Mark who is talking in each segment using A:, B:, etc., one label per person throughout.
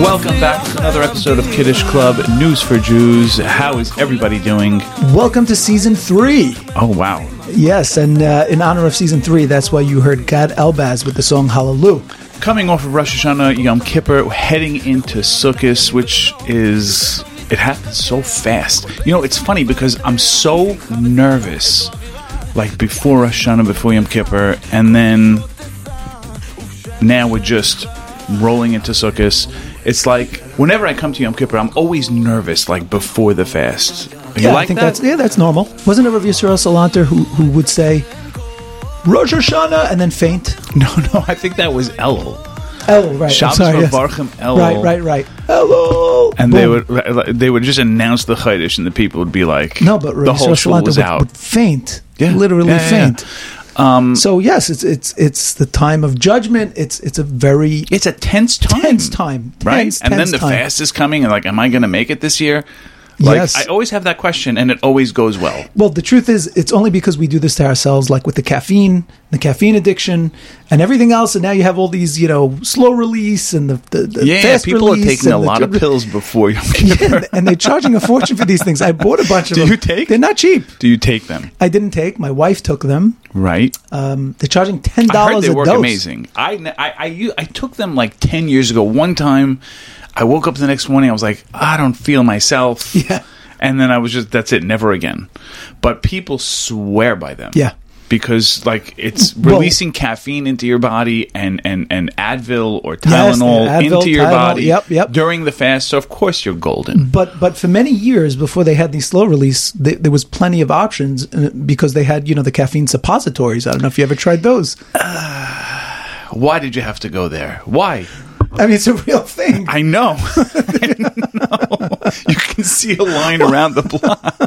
A: Welcome back to another episode of Kiddish Club News for Jews. How is everybody doing?
B: Welcome to season three.
A: Oh, wow.
B: Yes, and uh, in honor of season three, that's why you heard Gad Elbaz with the song Hallelujah.
A: Coming off of Rosh Hashanah, Yom Kippur, heading into Sukkot, which is. It happens so fast. You know, it's funny because I'm so nervous, like before Rosh Hashanah, before Yom Kippur, and then now we're just rolling into Sukkot. It's like whenever I come to Yom Kippur, I'm always nervous, like before the fast. You like
B: I think
A: that?
B: that's yeah, that's normal. Wasn't it Rav Yisrael Salanter who who would say Rosh Hashanah and then faint?
A: No, no, I think that was Elul.
B: Oh, right. I'm
A: Shabbos
B: sorry, yes.
A: Mevarchim Elul.
B: Right, right, right. Hello.
A: And they would they would just announce the Chaydish, and the people would be like,
B: no, but Rav
A: the whole
B: Yisrael
A: shul
B: Salanter
A: was
B: would,
A: out."
B: would faint.
A: Yeah.
B: literally
A: Yeah, yeah, Um, yeah.
B: faint. so yes, it's it's it's the time of judgment. It's it's a very
A: it's a tense time,
B: Tense time.
A: right?
B: Tense,
A: and
B: tense
A: then the
B: time.
A: fast is coming, and like, am I going to make it this year? Like,
B: Yes.
A: I always have that question, and it always goes well.
B: Well, the truth is, it's only because we do this to ourselves, like with the caffeine, the caffeine addiction, and everything else. And now you have all these, you know, slow release and the, the, the
A: Yeah,
B: fast
A: people are
B: release
A: taking
B: and
A: a
B: the-
A: lot of pills before Yom
B: Yeah,
A: Kippur.
B: and- and they're charging a fortune for these things. I bought a bunch of
A: Do
B: them.
A: you take?
B: They're not cheap.
A: Do you take them?
B: I didn't take. My wife took them.
A: Right.
B: Um, they're charging ten
A: I heard
B: dollars
A: they
B: a
A: work
B: dose.
A: amazing. I, I, I, u- I took them like 10 years ago. One time, I woke up the next morning, I was like, I don't feel myself.
B: Yeah.
A: And then I was just, that's it, never again. But people swear by them.
B: Yeah.
A: Because, like, it's
B: Well-
A: releasing caffeine into your body and, and, and Advil or
B: Yes,
A: Tylenol
B: and Advil,
A: into your
B: Tylenol,
A: body
B: yep, yep. Mm.
A: during the fast. So, of course, you're golden.
B: But but for many years before they had the slow release, th there was plenty of options uh, because they had you know the caffeine suppositories. I don't know if you ever tried those.
A: Why did you have to go there? Why?
B: I mean, it's a real thing.
A: I know. I know. You can see a line around the block.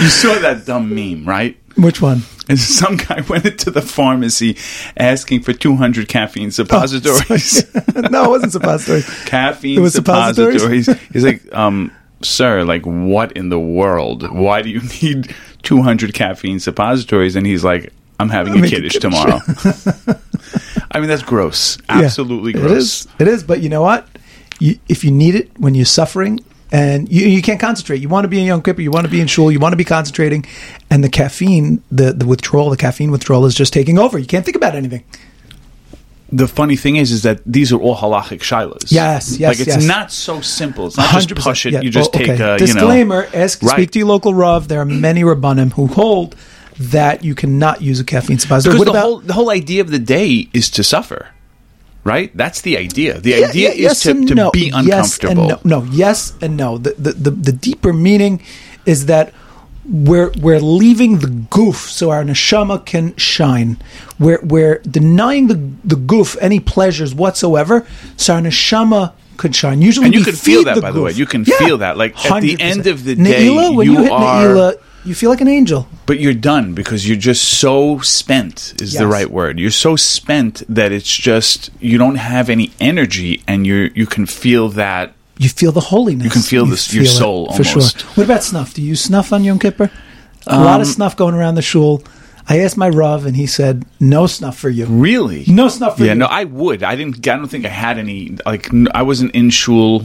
A: you saw that dumb meme, right?
B: Which one?
A: And some guy went into the pharmacy asking for 200 caffeine suppositories.
B: no, it wasn't suppositories.
A: caffeine
B: It was suppositories?
A: suppositories. He's like, um, sir, like, what in the world? Why do you need 200 caffeine suppositories? And he's like, I'm having a
B: Having a
A: kiddish,
B: kiddish.
A: tomorrow. I mean, that's gross.
B: Yeah.
A: Absolutely gross.
B: It is. It is. But you know what? You, if you need it when you're suffering and you, you can't concentrate, you want to be in Yom Kippur, you want to be in shul, you want to be concentrating, and the caffeine, the, the withdrawal, the caffeine withdrawal is just taking over. You can't think about anything.
A: the funny thing is, is that these are all halachic shilas.
B: Yes, yes,
A: Like it's
B: yes.
A: not so simple. It's not just
B: 100%.
A: push it.
B: Yeah.
A: You just
B: Oh, okay.
A: take a
B: disclaimer.
A: You know,
B: ask,
A: Right.
B: speak to your local rav. There are many rabbanim who hold that you cannot use a caffeine suppository.
A: because
B: What
A: the
B: about
A: whole the whole idea of the day is to suffer. Right. That's the idea. The
B: Yeah,
A: idea
B: yeah,
A: is
B: yes
A: to,
B: and
A: to
B: no.
A: be uncomfortable.
B: Yes and no. no, yes and no. The, the the the deeper meaning is that we're we're leaving the goof so our neshama can shine. We're we're denying the the goof any pleasures whatsoever, so our neshama could shine. Usually,
A: And you
B: we
A: can feel
B: feed
A: that,
B: the
A: by the way.
B: goof.
A: You can
B: Yeah.
A: feel that. Like, at the
B: 100%.
A: end of the day,
B: Ne'ilah, when
A: you
B: you, hit
A: are-
B: Ne'ilah, you feel like an angel.
A: But you're done because you're just so spent is the
B: Yes.
A: right word. You're so spent that it's just you don't have any energy, and you you can feel that
B: You feel the holiness. You
A: can feel this- your soul
B: for
A: almost. Um,
B: sure. What about snuff? Do you use snuff on Yom Kippur? A lot of snuff going around the shul. I asked my rav, and he said, "No snuff for you.
A: Really?
B: No snuff for
A: yeah,
B: you."
A: no, I would. I didn't. I don't think I had any. Like, n- I wasn't in shul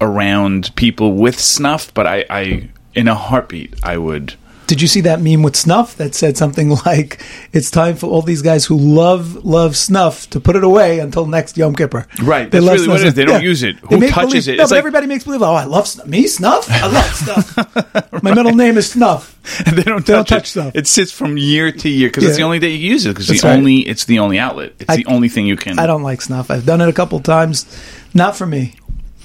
A: around people with snuff, but I, I in a heartbeat, I would.
B: Did you see that meme with snuff that said something like, "It's time for all these guys who love love snuff to put it away until next Yom Kippur."
A: Right, that's really what it is. They don't use it. Who
B: make
A: touches
B: believe-
A: it?
B: No,
A: It's
B: but
A: like-
B: everybody makes believe. Oh, I love snuff. Me snuff. I love snuff. My middle name is snuff.
A: they don't touch,
B: They don't
A: it.
B: touch snuff.
A: It sits from year to year because it's
B: Yeah.
A: the only day you use it because
B: That's
A: the
B: right.
A: only it's the only outlet. It's
B: I-
A: the only thing you can.
B: I don't like snuff. I've done it a couple times. Not for me.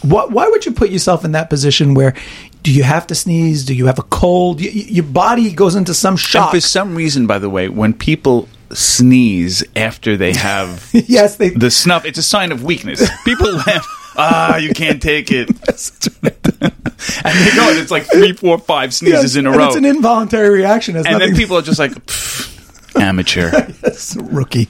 B: What, why would you put yourself in that position where do you have to sneeze? Do you have a cold? Y- y- your body goes into some shock.
A: And for some reason, by the way, when people sneeze after they have
B: yes, they.
A: the snuff, it's a sign of weakness. People laugh. Ah, you can't take it. and they go, and it's like three, four, five
B: yes,
A: sneezes in a
B: and
A: row.
B: It's an involuntary reaction. It's
A: and
B: nothing
A: then people are just like "Pfft, amateur
B: It's a rookie.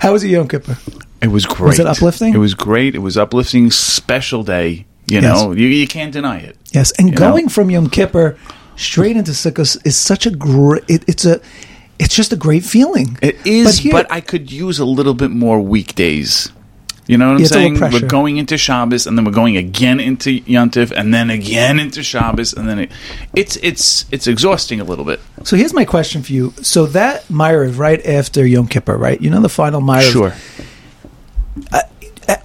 B: How was it, Yom Kippur?
A: it was great
B: it uplifting?
A: it was great it was uplifting special day you
B: Yes.
A: know you, you can't deny it
B: Yes, and
A: You know?
B: going from Yom Kippur straight into Sukkot is such a great. It, it's a It's just a great feeling.
A: It is, but,
B: here-
A: I could use a little bit more weekdays. You know what I'm
B: Yeah, it's a little
A: saying? We're
B: pressure.
A: going into Shabbos, and then we're going again into Yontif, and then again into Shabbos, and then it, it's it's it's exhausting a little bit.
B: So here's my question for you. So that Myrav right after Yom Kippur, right? You know the final Myrav.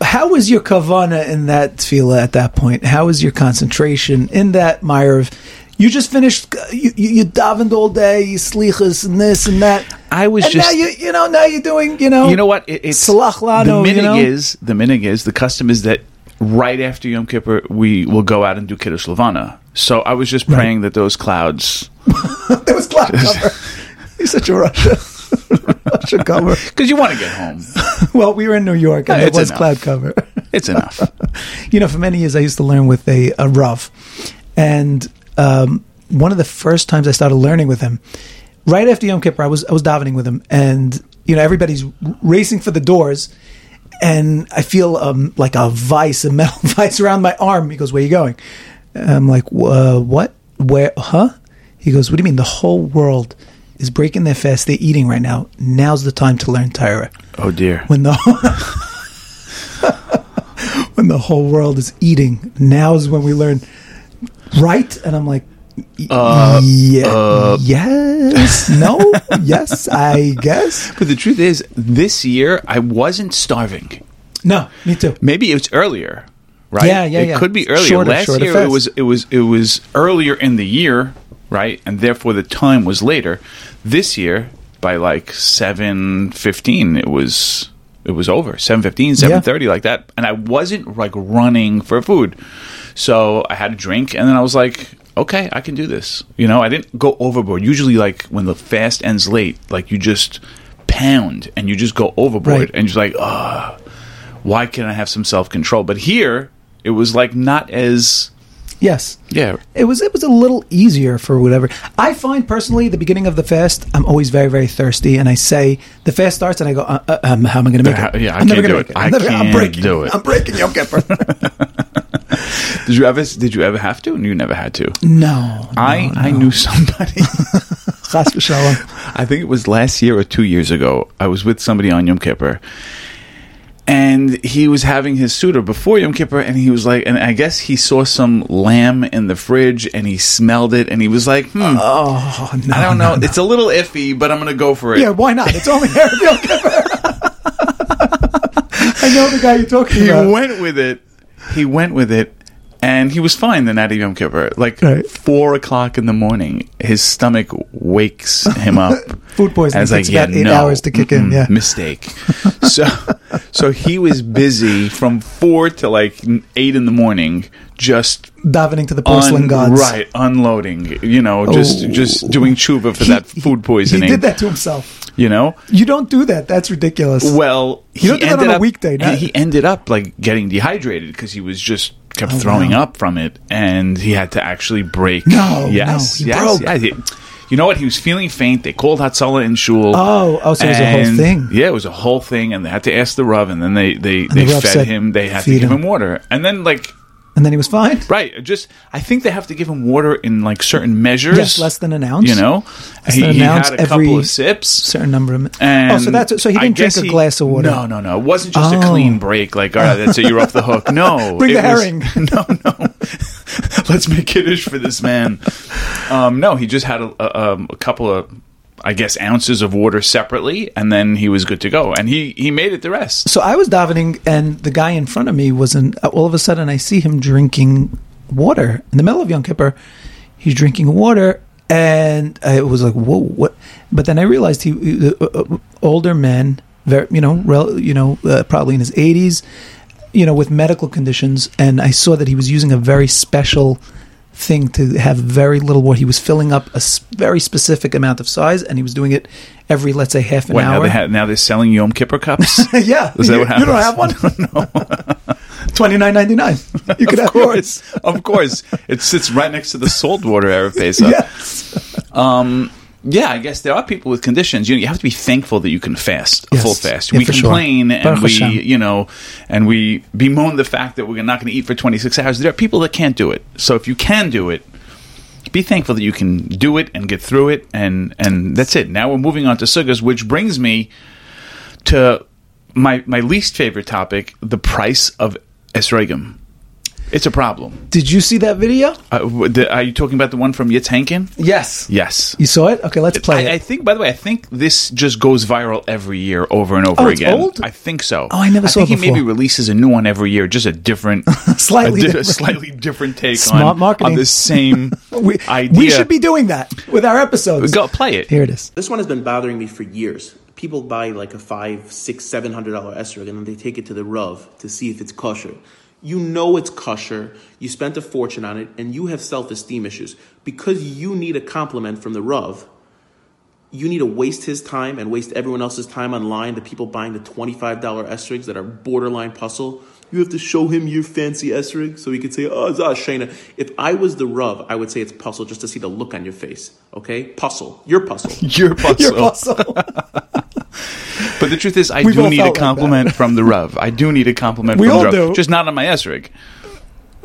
B: How was your kavana in that tefillah at that point? How was your concentration in that Myrav? You just finished. uh, You, you, you davened all day. You slichas and this and that.
A: I was
B: and
A: just-
B: now you you know now you're doing you know
A: You know what? It, it's
B: Salach Oh, Lano,
A: the
B: you
A: minig
B: know?
A: is the minig is the custom is that right after Yom Kippur we will go out and do Kiddush Levana. So I was just praying that those clouds
B: there was cloud cover. You're such a Russia. Russia cover.
A: because you want to get home.
B: Well, we were in New York and
A: Yeah,
B: it
A: it's
B: was
A: enough.
B: cloud cover.
A: It's enough.
B: you know, for many years I used to learn with a, a Rav. And um, one of the first times I started learning with him, right after Yom Kippur, I was I was davening with him, and you know everybody's r- racing for the doors, and I feel um, like a vice, a metal vice around my arm. He goes, "Where you going?" And I'm like, "Wh- uh, "What? Where? Huh?" He goes, "What do you mean? The whole world is breaking their fast. They're eating right now. Now's the time to learn Torah."
A: Oh dear.
B: when the when the whole world is eating. Now is when we learn, right? And I'm like, y-
A: Uh,
B: yeah, yes, no, yes, I guess.
A: But the truth is, this year I wasn't starving.
B: No, me too.
A: Maybe it's earlier, right?
B: Yeah, yeah,
A: It
B: yeah.
A: could be earlier.
B: Shorter,
A: Last
B: shorter
A: year it
B: fast.
A: was it was it was earlier in the year, right? And therefore the time was later. This year, by like seven fifteen, it was it was over 7.15 7.30 like that and i wasn't like running for food so i had a drink and then i was like okay i can do this you know i didn't go overboard usually like when the fast ends late like you just pound and you just go overboard
B: Right.
A: and you're like ah why can't I have some self control? But here, it was like not as
B: Yes,
A: yeah.
B: it was it was a little easier for whatever. I find personally the beginning of the fast, I'm always very very thirsty, and I say the fast starts, and I go, uh, uh, um, how am I going to make it?
A: Yeah, I
B: I'm never
A: can't
B: gonna
A: do
B: make
A: it. I
B: I'm never- I'm
A: can't
B: breaking.
A: do it.
B: I'm breaking Yom Kippur.
A: Did you ever? Did you ever have to? And you never had to.
B: no,
A: I I knew somebody.
B: Chas v'shalom.
A: I think it was last year or two years ago. I was with somebody on Yom Kippur, and he was having his suitor before Yom Kippur, and he was like, and I guess he saw some lamb in the fridge, and he smelled it, and he was like, hmm,
B: Oh no,
A: I don't know, it's a little iffy, but I'm gonna go for it.
B: Yeah, why not? It's only Arab Yom Kippur. I know the guy you're talking
A: he
B: about.
A: went with it. He went with it, and he was fine the night of Yom Kippur. Like
B: Right.
A: four o'clock in the morning, his stomach wakes him up.
B: Food poisoning
A: I was
B: takes about eight hours to kick in,
A: mm-mm,
B: yeah.
A: mistake. so, so he was busy from four to like n- eight in the morning, just
B: Davening to the porcelain
A: un-
B: gods.
A: right unloading. You know, just
B: Oh.
A: just doing tshuva for
B: He-
A: that food poisoning.
B: He did that to himself.
A: You know,
B: You don't do that. That's ridiculous.
A: well, he
B: don't do that on a weekday, no.
A: He, he ended up like getting dehydrated because he was just kept
B: Oh,
A: throwing
B: wow.
A: up from it, and he had to actually break.
B: No,
A: yes,
B: no, he
A: yes,
B: broke.
A: yeah, he- you know what? He was feeling faint. They called Hatzalah in shul.
B: Oh, oh, so it was a whole
A: and-
B: thing.
A: Yeah, it was a whole thing, and they had to ask the Rav, and then they they, they
B: the Rav
A: fed
B: said,
A: him. They had to
B: "Feed
A: give
B: him."
A: him. water, and then like
B: and then he was fine.
A: right, just I think they have to give him water in like certain measures.
B: Yes, less than an ounce.
A: You know,
B: Less
A: he,
B: than an
A: he
B: ounce
A: had a
B: every-
A: couple of sips.
B: Certain number of.
A: And
B: oh, so that's so he
A: I
B: didn't drink
A: guess
B: a
A: he-
B: glass of water.
A: No, no, no. It wasn't just a
B: Oh.
A: clean break. Like, all right, that's it. You're off the hook. No,
B: Bring
A: it
B: the
A: was-
B: herring.
A: no, no. Let's make kiddish for this man. Um, no, he just had a, a, um, a couple of, I guess, ounces of water separately, and then he was good to go. And he he made it the rest.
B: So I was davening, and the guy in front of me was in. All of a sudden, I see him drinking water in the middle of Yom Kippur. He's drinking water, and I was like, "Whoa, what?" But then I realized he, he- uh, uh, older man, very, you know, rel, you know, uh, probably in his eighties, you know, with medical conditions, and I saw that he was using a very special thing to have very little water. He was filling up a s- very specific amount of size, and he was doing it every, let's say, half an
A: Wait, now,
B: hour.
A: they had, now they're selling Yom Kippur cups.
B: Yeah.
A: Is that
B: you,
A: what
B: you don't have one? no. Twenty nine ninety nine. You could have
A: of course, of course, it sits right next to the salt water Arafesa.
B: yours. Yeah.
A: Um, yeah, I guess there are people with conditions. You, you have to be thankful that you can fast, a
B: Yes.
A: full fast.
B: Yeah,
A: we
B: for sure.
A: complain and
B: Baruch
A: we,
B: Hashem.
A: you know, and we bemoan the fact that we're not going to eat for 26 hours. There are people that can't do it. So if you can do it, be thankful that you can do it and get through it, and and that's it. Now we're moving on to sugas, which brings me to my my least favorite topic: the price of esrogum. It's a problem.
B: Did you see that video?
A: Uh, w- the, are you talking about the one from Yitz Hankin?
B: Yes.
A: Yes.
B: You saw it? Okay, let's play
A: I, I
B: it.
A: think, by the way, I think this just goes viral every year over and over
B: Oh, it's
A: again.
B: old?
A: I think so.
B: Oh, I never saw
A: think
B: it
A: he maybe
B: before.
A: releases a new one every year, just a different,
B: Slightly
A: a di-
B: different.
A: slightly different take
B: Smart
A: on,
B: marketing.
A: on the same
B: we,
A: idea.
B: we should be doing that with our episodes.
A: Go play it.
B: Here it is.
C: This one has been bothering me for years. People buy like a five, six, seven hundred dollar esrog, and then they take it to the rav to see if it's kosher. You know it's kosher. You spent a fortune on it, and you have self esteem issues because you need a compliment from the rav. You need to waste his time and waste everyone else's time online. The people buying the twenty-five dollar esrogs that are borderline puzzle. You have to show him your fancy esrog so he could say, "Oh, zah Shayna." If I was the rav, I would say it's puzzle just to see the look on your face. Okay, puzzle. You're puzzle.
A: Your puzzle.
B: Your puzzle.
A: But the truth is, I
B: We've
A: do
B: all
A: need a
B: felt like
A: compliment from the Rev. I do need a compliment
B: We
A: from
B: all
A: the Rev.
B: do.
A: Just not on my Esrig.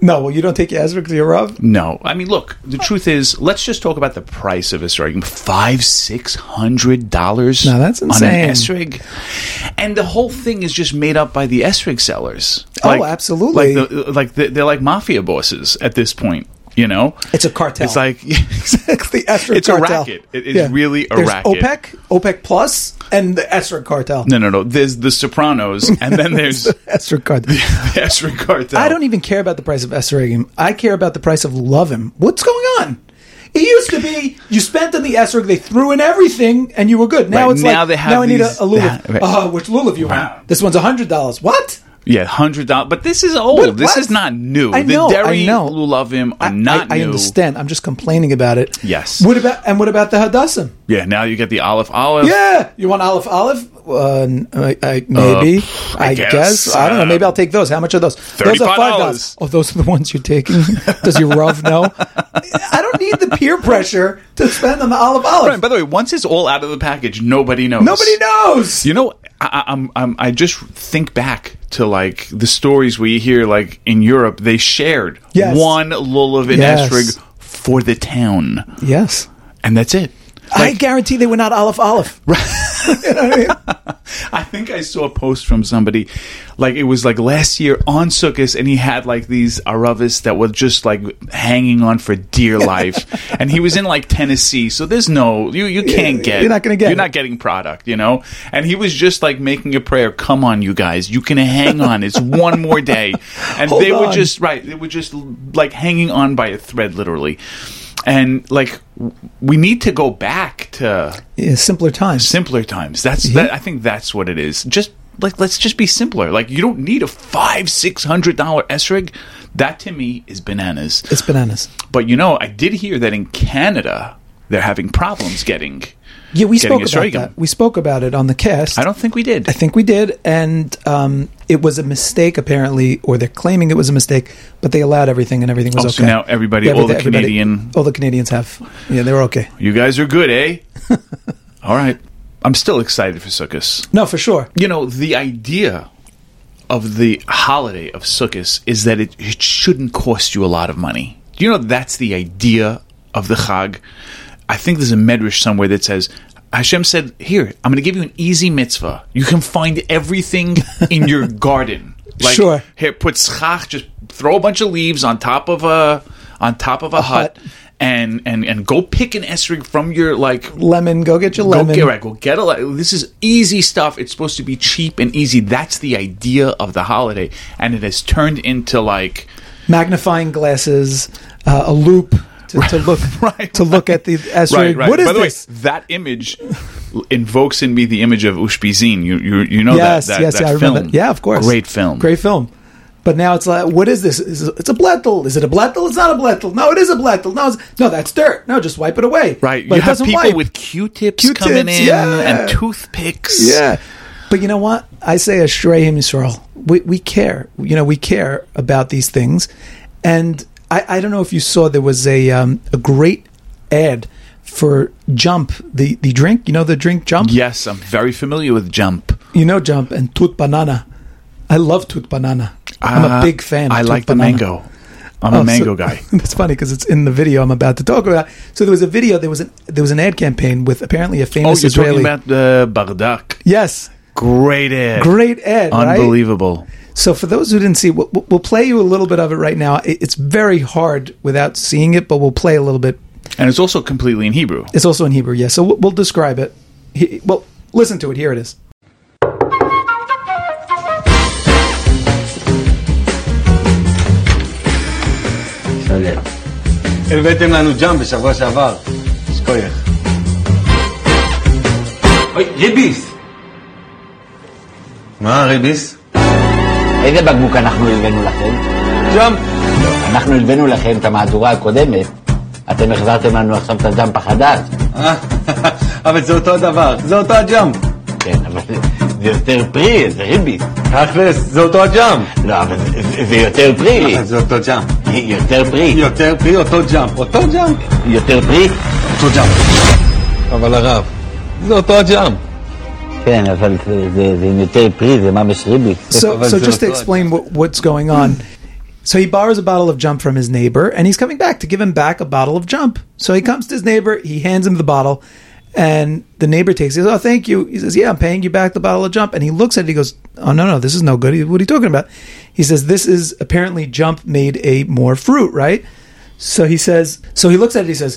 B: no, well, you don't take your Ezra to your Rav?
A: No. I mean, look, the truth is, let's just talk about the price of Esrig. Five, six hundred dollars
B: No, that's
A: on an
B: insane.
A: Esrig. And the whole thing is just made up by the Esrig sellers.
B: Oh, absolutely.
A: Like, the, like the, they're like mafia bosses at this point, you know?
B: It's a cartel.
A: It's like,
B: it's the Ezra
A: It's a
B: cartel.
A: racket. It is really a
B: There's
A: racket.
B: OPEC, OPEC Plus, and the Ezra cartel.
A: no, no, no. There's the Sopranos, and then there's the
B: Ezra cartel.
A: Esrig cartel.
B: I don't even care about the price of Esrogim. I care about the price of Lovim. What's going on? It used to be you spent on the Esrog, they threw in everything, and you were good. Now
A: Right,
B: it's
A: now
B: like
A: they have
B: now I need a,
A: these-
B: a lulav.
A: Yeah, right.
B: Uh, which lulav you
A: Wow.
B: want? This one's hundred dollars. What?
A: Yeah, hundred dollars. But this is old.
B: What-
A: This
B: e- what?
A: is not new.
B: I know,
A: the
B: I
A: dairy
B: know.
A: lulavim are
B: I-
A: not
B: I, I
A: new.
B: understand. I'm just complaining about it.
A: Yes.
B: What about and what about the Hadassim?
A: Yeah, now you get the olive olive.
B: Yeah, you want olive olive? Uh, n- I, I, maybe.
A: I
B: I, guess.
A: guess,
B: I don't know.
A: um,
B: Maybe I'll take those. How much are those? Those are five
A: $35.
B: dollars. Oh, those are the ones you're taking. Does your Rav know? I don't need the peer pressure to spend on the olive olive.
A: Brian, by the way, once it's all out of the package, nobody knows.
B: Nobody knows.
A: You know, I, I- I'm, I'm, I just think back to like the stories we hear, like in Europe, they shared
B: Yes.
A: one lulav in
B: Yes.
A: Esrig for the town,
B: yes.
A: and that's it.
B: I guarantee they were not olive olive. You know what I mean?
A: I think I saw a post from somebody, like it was like last year on Sukkot, and he had like these aravis that were just like hanging on for dear life, and he was in like Tennessee, so there's no you you can't get
B: you're not gonna get
A: you're
B: it.
A: not getting product, you know, and he was just like making a prayer, come on, you guys, you can hang on, it's one more day, and
B: Hold
A: they were
B: on.
A: just right, they were just like hanging on by a thread, literally, and like w- we need to go back to
B: Yeah, simpler times.
A: simpler times. That's that. I think that's what it is. Just like let's just be simpler. Like you don't need a five six hundred dollar esrig. That to me is bananas.
B: it's bananas.
A: But you know, I did hear that in Canada they're having problems getting.
B: Yeah, we
A: Getting
B: spoke
A: a
B: about
A: Sregum.
B: that. We spoke about it on the cast.
A: I don't think we did.
B: I think we did, and um, it was a mistake apparently, or they're claiming it was a mistake, but they allowed everything, and everything was
A: Oh,
B: okay.
A: so now everybody- all the Canadian-
B: all the Canadians have, yeah, they were okay.
A: you guys are good, eh? All right. I'm still excited for Sukkot.
B: No, for sure.
A: You know, the idea of the holiday of Sukkot is that it, it shouldn't cost you a lot of money. Do you know that's the idea of the Chag? I think there's a medrash somewhere that says, Hashem said, Here, I'm going to give you an easy mitzvah. You can find everything in your garden. Like,
B: Sure.
A: Here, put schach, just throw a bunch of leaves on top of a. On top of a, hut,
B: hut.
A: and and and go pick an esrig from your like
B: Lemon, go get your lemon.
A: Go get, right, go get a lemon. This is easy stuff. It's supposed to be cheap and easy. That's the idea of the holiday, and it has turned into like
B: Magnifying glasses, uh, a loop to, to look
A: Right,
B: to look at the asteroid. What is
A: By the
B: this?
A: way, that image invokes in me the image of Ushbizin. You you you know
B: yes,
A: that, that
B: yes,
A: that
B: yeah, I
A: film.
B: remember. Yeah, of course.
A: great film,
B: Great film. But now it's like, what is this? Is it, it's a blettel. Is it a blettel? It's not a blettel. No, it is a blettel. No, it's, no, that's dirt. No, just wipe it away.
A: Right,
B: But
A: you
B: it
A: have
B: doesn't
A: people
B: wipe.
A: with Q-tips,
B: Q-tips,
A: coming in
B: yeah.
A: and toothpicks.
B: Yeah. But you know what? I say Ashrei Im Yisrael. We, we care. You know, we care about these things. And I, I don't know if you saw, there was a um, a great ad for Jump, the, the drink. You know the drink Jump?
A: Yes, I'm very familiar with Jump.
B: You know Jump and Tut Banana. I love Tut Banana. I'm a
A: Uh,
B: big fan.
A: I
B: of Tut
A: like the
B: Banana.
A: mango. I'm
B: Oh,
A: a mango
B: so-
A: guy.
B: That's funny because it's in the video I'm about to talk about. So there was a video. There was an there was an ad campaign with apparently a
A: Oh,
B: famous
A: you're
B: Israeli.
A: talking about the Bardak.
B: yes,
A: Great ad.
B: great ad. right?
A: Unbelievable.
B: So for those who didn't see, we'll, we'll- we'll play you a little bit of it right now. It- It's very hard without seeing it, but we'll play a little bit.
A: And it's also completely in Hebrew.
B: It's also in Hebrew, yes. So we'll, we'll describe it. He, well, listen to it. Here it is.
D: שלם. הבאתם לנו ג'אם בשבוע שעבר, יש כוייך. אוי, ריביס! מה ריביס?
E: איזה בקבוק אנחנו הלווינו לכם? לא,
D: ג'אם!
E: אנחנו הלווינו לכם את המהדורה הקודמת. אתם החזרתם לנו עכשיו את הדמפ החדש.
D: אה, אבל זה אותו הדבר, זה אותו הג'אם.
E: כן, אבל זה יותר פרי, זה ריביס.
D: תכלס, זה אותו הג'אם.
E: לא, אבל זה- זה- זה יותר פרי.
D: לא, זה אותו ג'אם.
E: יותר פרי.
D: יותר פרי, אותו ג'אם. אותו ג'אם?
E: יותר פרי?
D: אותו ג'אם. אבל הרב, זה אותו הג'אם.
E: כן, אבל זה- זה זה עם יותר פרי, זה ממש ריביס.
B: So,
D: Well,
B: so
D: it's
B: just to
D: not-
B: explain what, what's going on. So he borrows a bottle of jump from his neighbor, and he's coming back to give him back a bottle of jump. So he comes to his neighbor, he hands him the bottle, and the neighbor takes it. He says, "Oh, thank you." He says, "Yeah, I'm paying you back the bottle of jump." And he looks at it. He goes, "Oh no, no, this is no good. What are you talking about?" He says, "This is apparently jump made a more fruit, right?" So he says, so he looks at it. He says,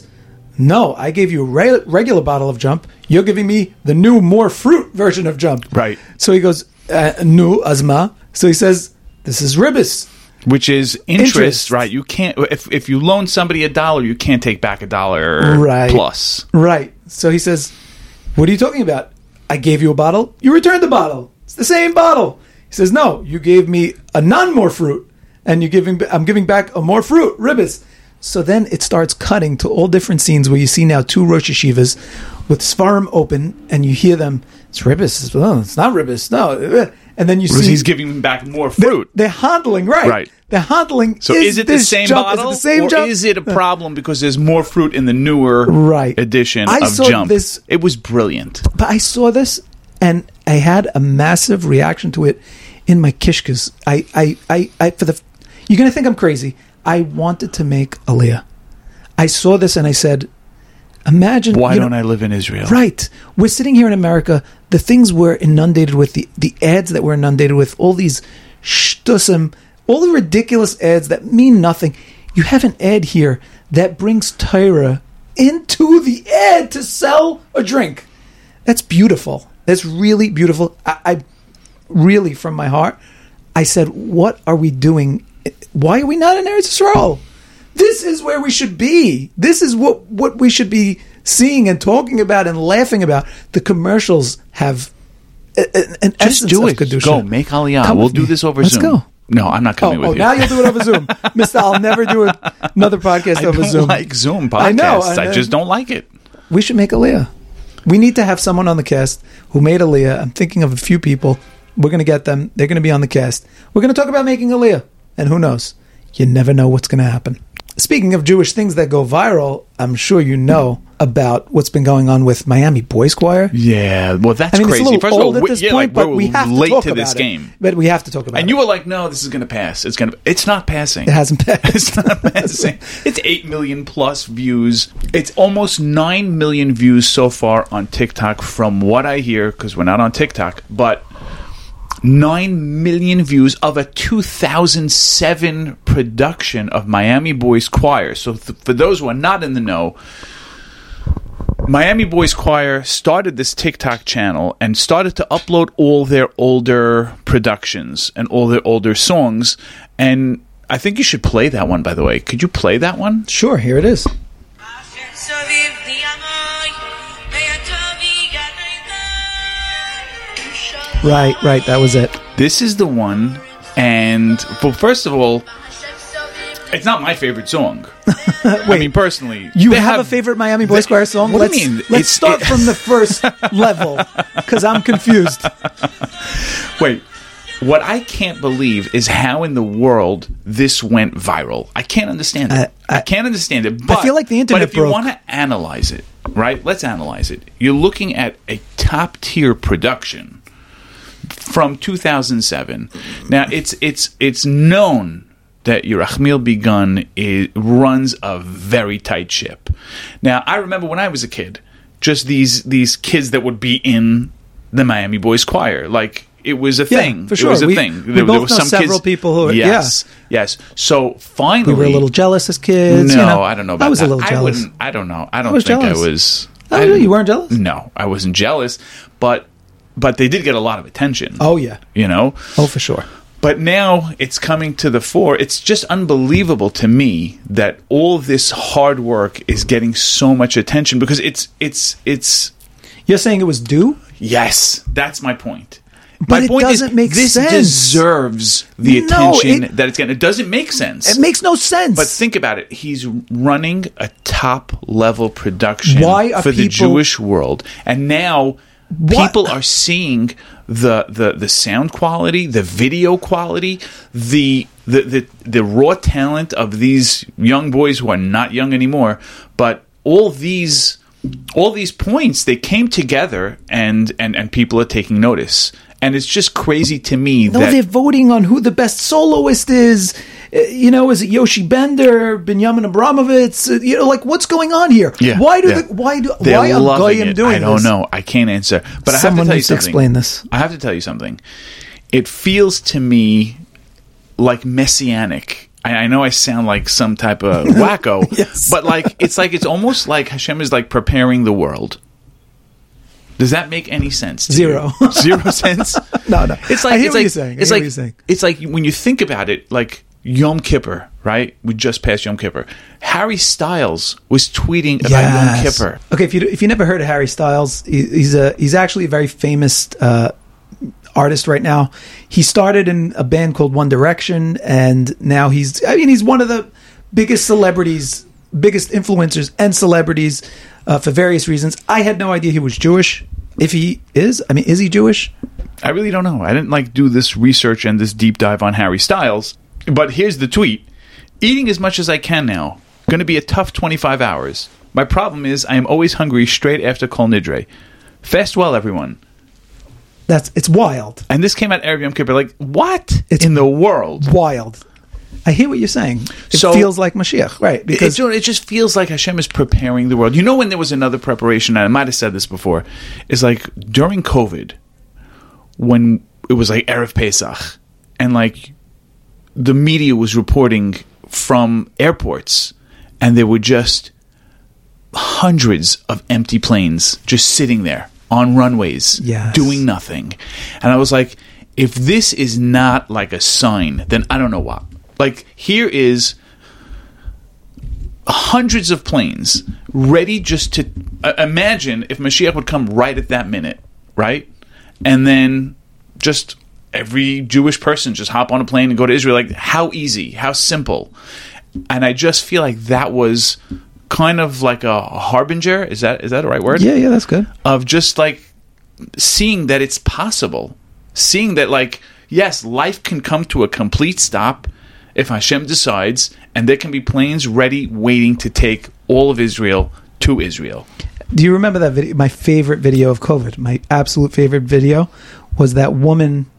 B: "No, I gave you a re- regular bottle of jump. You're giving me the new more fruit version of jump."
A: Right.
B: So he goes, uh, "Nu azma." So he says, "This is ribis."
A: which is interest,
B: Interest.
A: right? You can't if if you loan somebody a dollar, you can't take back a dollar
B: Right.
A: plus.
B: Right. So he says, What are you talking about? I gave you a bottle. You returned the bottle. It's the same bottle. He says, No, you gave me a non more fruit, and you're giving, I'm giving back a more fruit, ribbis. So then it starts cutting to all different scenes where you see now two Rosh Hashivas with Svarim open, and you hear them, It's ribbis. It's, oh, it's not ribbis. No. eh." And then you
A: Because
B: see.
A: he's giving back more fruit.
B: they're handling, right?
A: Right.
B: They're handling.
A: so is, it the
B: this
A: same
B: jump-
A: bottle?
B: Is it the same
A: or
B: jump?
A: is it a problem because there's more fruit in the newer
B: Right.
A: edition
B: I
A: of
B: saw
A: Jump?
B: this-
A: it was brilliant.
B: But I saw this and I had a massive reaction to it in my kishkas. I, I, I, I for the you're gonna think I'm crazy. I wanted to make Aliyah. I saw this and I said, imagine
A: Why
B: you know-
A: don't I live in Israel?
B: Right. We're sitting here in America. The things we're inundated with, the, the ads that we're inundated with, all these shtusim, all the ridiculous ads that mean nothing. You have an ad here that brings Tyra into the ad to sell a drink. That's beautiful. That's really beautiful. I, I really, from my heart, I said, what are we doing? Why are we not in Eretz Yisrael? This is where we should be. This is what, what we should be seeing and talking about and laughing about. The commercials have a- a- an
A: Just
B: essence
A: do
B: of
A: it.
B: Kedusha.
A: Go make Aliyah.
B: Come
A: we'll
B: with
A: do
B: me.
A: this over
B: Let's
A: Zoom.
B: go.
A: No, I'm not
B: Oh,
A: coming
B: oh
A: with you.
B: now you'll do it over Zoom, Mister. I'll never do a, another podcast
A: I
B: over
A: don't
B: Zoom.
A: like Zoom podcasts.
B: I know.
A: I just don't like it.
B: We should make Aaliyah. We need to have someone on the cast who made Aaliyah. I'm thinking of a few people. We're going to get them. They're going to be on the cast. We're going to talk about making Aaliyah. And who knows? You never know what's going to happen. Speaking of Jewish things that go viral, I'm sure you know about what's been going on with Miami Boys Choir.
A: Yeah, well, that's
B: I mean,
A: crazy.
B: it's a little
A: First of all,
B: old at
A: we-
B: this
A: yeah, like,
B: point, but
A: we're
B: we have
A: late
B: to talk
A: this
B: about
A: game.
B: It. But we have to talk about
A: And
B: it.
A: you were like, "No, this is going to pass. It's going to. It's not passing.
B: It hasn't passed.
A: it's not passing. It's eight million plus views. It's almost nine million views so far on TikTok, from what I hear, because we're not on TikTok. But nine million views of a 2007 production of Miami Boys Choir. So, th- for those who are not in the know, Miami Boys Choir started this TikTok channel and started to upload all their older productions and all their older songs. And I think you should play that one, by the way. Could you play that one?
B: sure, here it is. Right, right. That was it.
A: This is the one. And, well, first of all, it's not my favorite song. I mean, personally,
B: You
A: they
B: have, a favorite Miami Boys
A: they-
B: Choir song?
A: What
B: let's,
A: do you mean?
B: Let's
A: It's-
B: start
A: it-
B: from the first level because I'm confused.
A: Wait. What I can't believe is how in the world this went viral. I can't understand it.
B: I-
A: I,
B: I-
A: can't understand it. But,
B: feel like the internet
A: But if
B: broke.
A: you want to analyze it, right? Let's analyze it. You're looking at a top tier production from 2007. Now it's it's it's known that Yerachmiel Begun is, runs a very tight ship. Now, I remember when I was a kid, just these these kids that would be in the Miami Boys Choir, like. It was a
B: Yeah,
A: thing.
B: for sure.
A: It was a
B: We-
A: thing.
B: we both know several people who are- yeah.
A: yes, yes. So finally,
B: We were a little jealous as kids.
A: no,
B: you know?
A: I don't know. About
B: I was
A: that.
B: a little
A: I
B: jealous.
A: wouldn't. I don't know. I don't
B: was
A: think
B: jealous.
A: I was.
B: Oh,
A: I
B: really?
A: didn't-
B: You weren't jealous?
A: No, I wasn't jealous. But but they did get a lot of attention.
B: Oh, yeah.
A: you know.
B: Oh, for sure.
A: But now it's coming to the fore. It's just unbelievable to me that all this hard work is getting so much attention because it's it's it's
B: You're saying it was due?
A: yes. That's my point.
B: But
A: my
B: it
A: point is,
B: doesn't make
A: this
B: sense.
A: deserves the
B: No,
A: attention
B: it-
A: that it's getting. It doesn't make sense.
B: It makes no sense.
A: But think about it. He's running a top level production
B: Why are
A: for the
B: people-
A: Jewish world, and now
B: What?
A: people are seeing the, the the sound quality, the video quality, the the, the the raw talent of these young boys who are not young anymore, but all these all these points they came together and and and people are taking notice. And it's just crazy to me
B: no,
A: that
B: they're voting on who the best soloist is. Uh, You know, is it Yoshi Bender, Benjamin Abramovitz? Uh, You know, like what's going on here?
A: Yeah,
B: why do
A: yeah.
B: the, why do
A: They're
B: why are
A: loving
B: Goyim
A: it.
B: doing
A: I don't
B: this?
A: know. I can't answer. But I have to
B: Someone
A: tell you
B: needs to
A: something.
B: explain this.
A: I have to tell you something. It feels to me like messianic. I, I know I sound like some type of wacko,
B: Yes.
A: but like it's like it's almost like Hashem is like preparing the world. Does that make any sense? to you?
B: Zero.
A: zero sense.
B: No, no.
A: It's like
B: I hear
A: it's
B: what
A: like,
B: you're saying. I
A: It's
B: hear what
A: like
B: you're saying.
A: it's like when you think about it, like Yom Kippur, right? We just passed Yom Kippur. Harry Styles was tweeting about
B: Yes.
A: Yom Kippur.
B: Okay, if you if you never heard of Harry Styles, he, he's a he's actually a very famous uh, artist right now. He started in a band called One Direction, and now he's I mean he's one of the biggest celebrities, biggest influencers, and celebrities uh, for various reasons. I had no idea he was Jewish. If he is, I mean, is he Jewish?
A: I really don't know. I didn't like do this research and this deep dive on Harry Styles. But here's the tweet. Eating as much as I can now. Going to be a tough 25 hours. My problem is I am always hungry straight after Kol Nidre. Fast well, everyone.
B: That's it's wild,
A: And this came out Arab Yom Kippur. Like, what
B: It's-
A: in the world?
B: wild. I hear what you're saying. It
A: So-
B: feels like Mashiach, right?
A: Because
B: Because
A: it, it just feels like Hashem is preparing the world. You know, when there was another preparation, and I might have said this before, is like during COVID, when it was like Erev Pesach, and like the media was reporting from airports, and there were just hundreds of empty planes just sitting there on runways,
B: Yes.
A: doing nothing. And I was like, if this is not like a sign, then I don't know what. Like, here is hundreds of planes ready just to uh, imagine if Mashiach would come right at that minute, right? And then just every Jewish person just hop on a plane and go to Israel. Like, how easy, how simple. And I just feel like that was kind of like a harbinger. Is that is that the right word?
B: yeah, yeah, that's good.
A: of just like seeing that it's possible, seeing that like yes, life can come to a complete stop if Hashem decides, and there can be planes ready waiting to take all of Israel to Israel.
B: Do you remember that video? My favorite video of COVID, my absolute favorite video, was that woman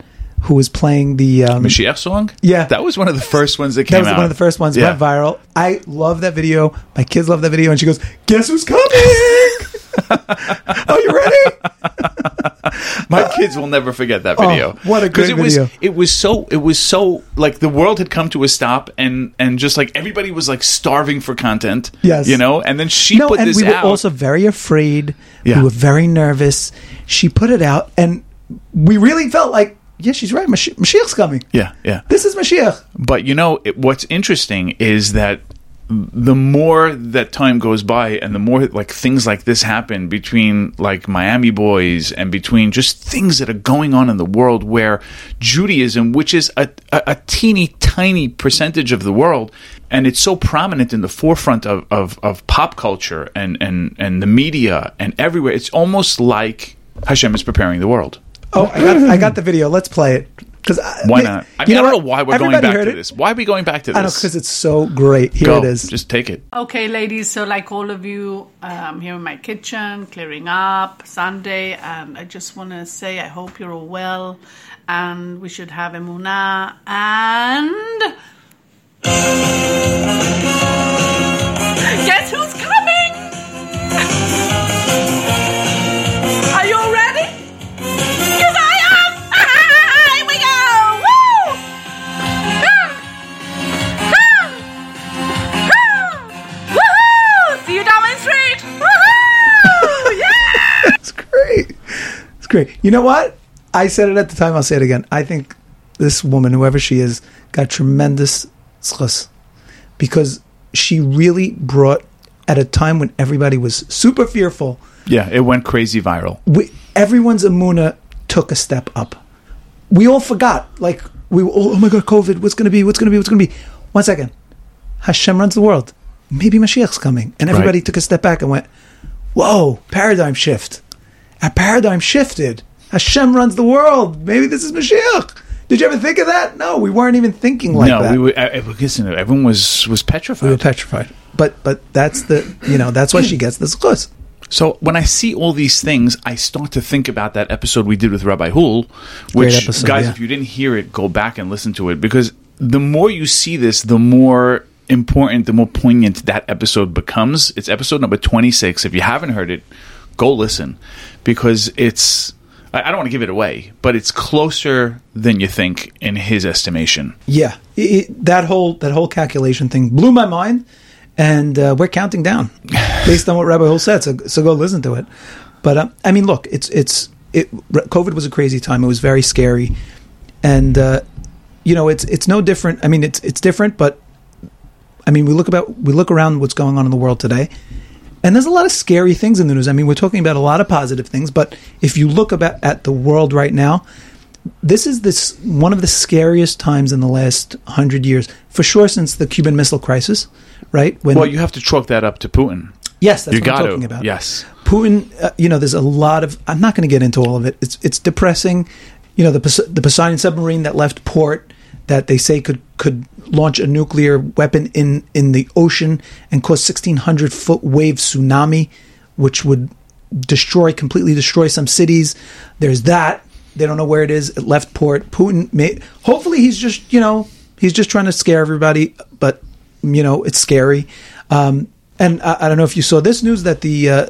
B: who was playing the um,
A: Mashiach song,
B: Yeah.
A: that was one of the first ones that
B: That
A: came
B: was
A: out.
B: one of the first ones
A: Yeah.
B: went viral. I love that video. My kids love that video, and she goes, "Guess who's coming? Are you ready?"
A: My kids will never forget that video.
B: Oh, what a great
A: 'Cause it was-
B: video.
A: it was so. It was so like the world had come to a stop, and and just like everybody was like starving for content.
B: Yes.
A: you know. And then she
B: no,
A: put
B: and
A: this
B: we were
A: out.
B: also very afraid.
A: Yeah.
B: We were very nervous. She put it out, and we really felt like, "Yeah, she's right. Mashi- Mashiach's coming.
A: yeah, yeah.
B: This is Mashiach."
A: But you know it, what's interesting is that the more that time goes by, and the more like things like this happen between like Miami Boys and between just things that are going on in the world, where Judaism, which is a, a, a teeny tiny percentage of the world, and it's so prominent in the forefront of, of, of pop culture and, and, and the media and everywhere, it's almost like Hashem is preparing the world.
B: Oh, I got, I got the video. Let's play it. Because
A: Why not? I mean, I don't know why we're going back to this. Why are we going back to this?
B: I know because it's so great. Here
A: Go.
B: it is.
A: Just take it.
F: Okay, ladies, so like all of you, uh, I'm here in my kitchen, clearing up Sunday, and I just want to say I hope you're all well, and we should have Emunah and Guess who's coming? Are you all ready? Because I am! Ah, here we go! Woo! Ah! Ah! Ah! Woohoo! See you down my street! Woohoo! Yeah!
B: It's great. It's great. You know what? I said it at the time. I'll say it again. I think this woman, whoever she is, got tremendous zchus because she really brought at a time when everybody was super fearful.
A: Yeah, it went crazy viral.
B: We, everyone's amuna took a step up. We all forgot. Like we, were all, oh my god, COVID. What's gonna be? What's gonna be? What's gonna be? One second. Hashem runs the world. Maybe Mashiach's coming, and everybody
A: Right.
B: took a step back and went, "Whoa, paradigm shift." Our paradigm shifted. Hashem runs the world. Maybe this is Mashiach. Did you ever think of that? No, we weren't even thinking like
A: no,
B: that.
A: we were. I, I, listen, everyone was was petrified.
B: We were petrified. But but that's the you know that's why she gets this chus.
A: So when I see all these things, I start to think about that episode we did with Rabbi Hul, which
B: episode,
A: guys,
B: yeah.
A: if you didn't hear it, go back and listen to it because the more you see this, the more important, the more poignant that episode becomes. It's episode number twenty six. If you haven't heard it, go listen because it's. I I don't want to give it away, but it's closer than you think in his estimation.
B: Yeah, It- it- that whole that whole calculation thing blew my mind, and uh, we're counting down based on what Rabbi Hul said. So so go listen to it. But um, I mean, look, it's it's it. re- COVID was a crazy time. It was very scary, and uh, you know it's it's no different. I mean, it's it's different, but I mean, we look about we look around what's going on in the world today, and there's a lot of scary things in the news. I mean, we're talking about a lot of positive things, but if you look about at the world right now, this is this one of the scariest times in the last hundred years, for sure, since the Cuban Missile Crisis, right? When
A: Well, you have to chalk that up to Putin.
B: yes, that's
A: you
B: what
A: got
B: I'm
A: to.
B: talking about.
A: Yes.
B: Putin, uh, you know, there's a lot of. I'm not going to get into all of it. It's it's depressing. You know, the Pos- the Poseidon submarine that left port that they say could could launch a nuclear weapon in in the ocean and cause 1,600 foot wave tsunami, which would destroy completely destroy some cities. There's that. They don't know where it is. It left port. Putin may. Hopefully, he's just you know he's just trying to scare everybody, but you know it's scary. Um, and I, I don't know if you saw this news that the uh,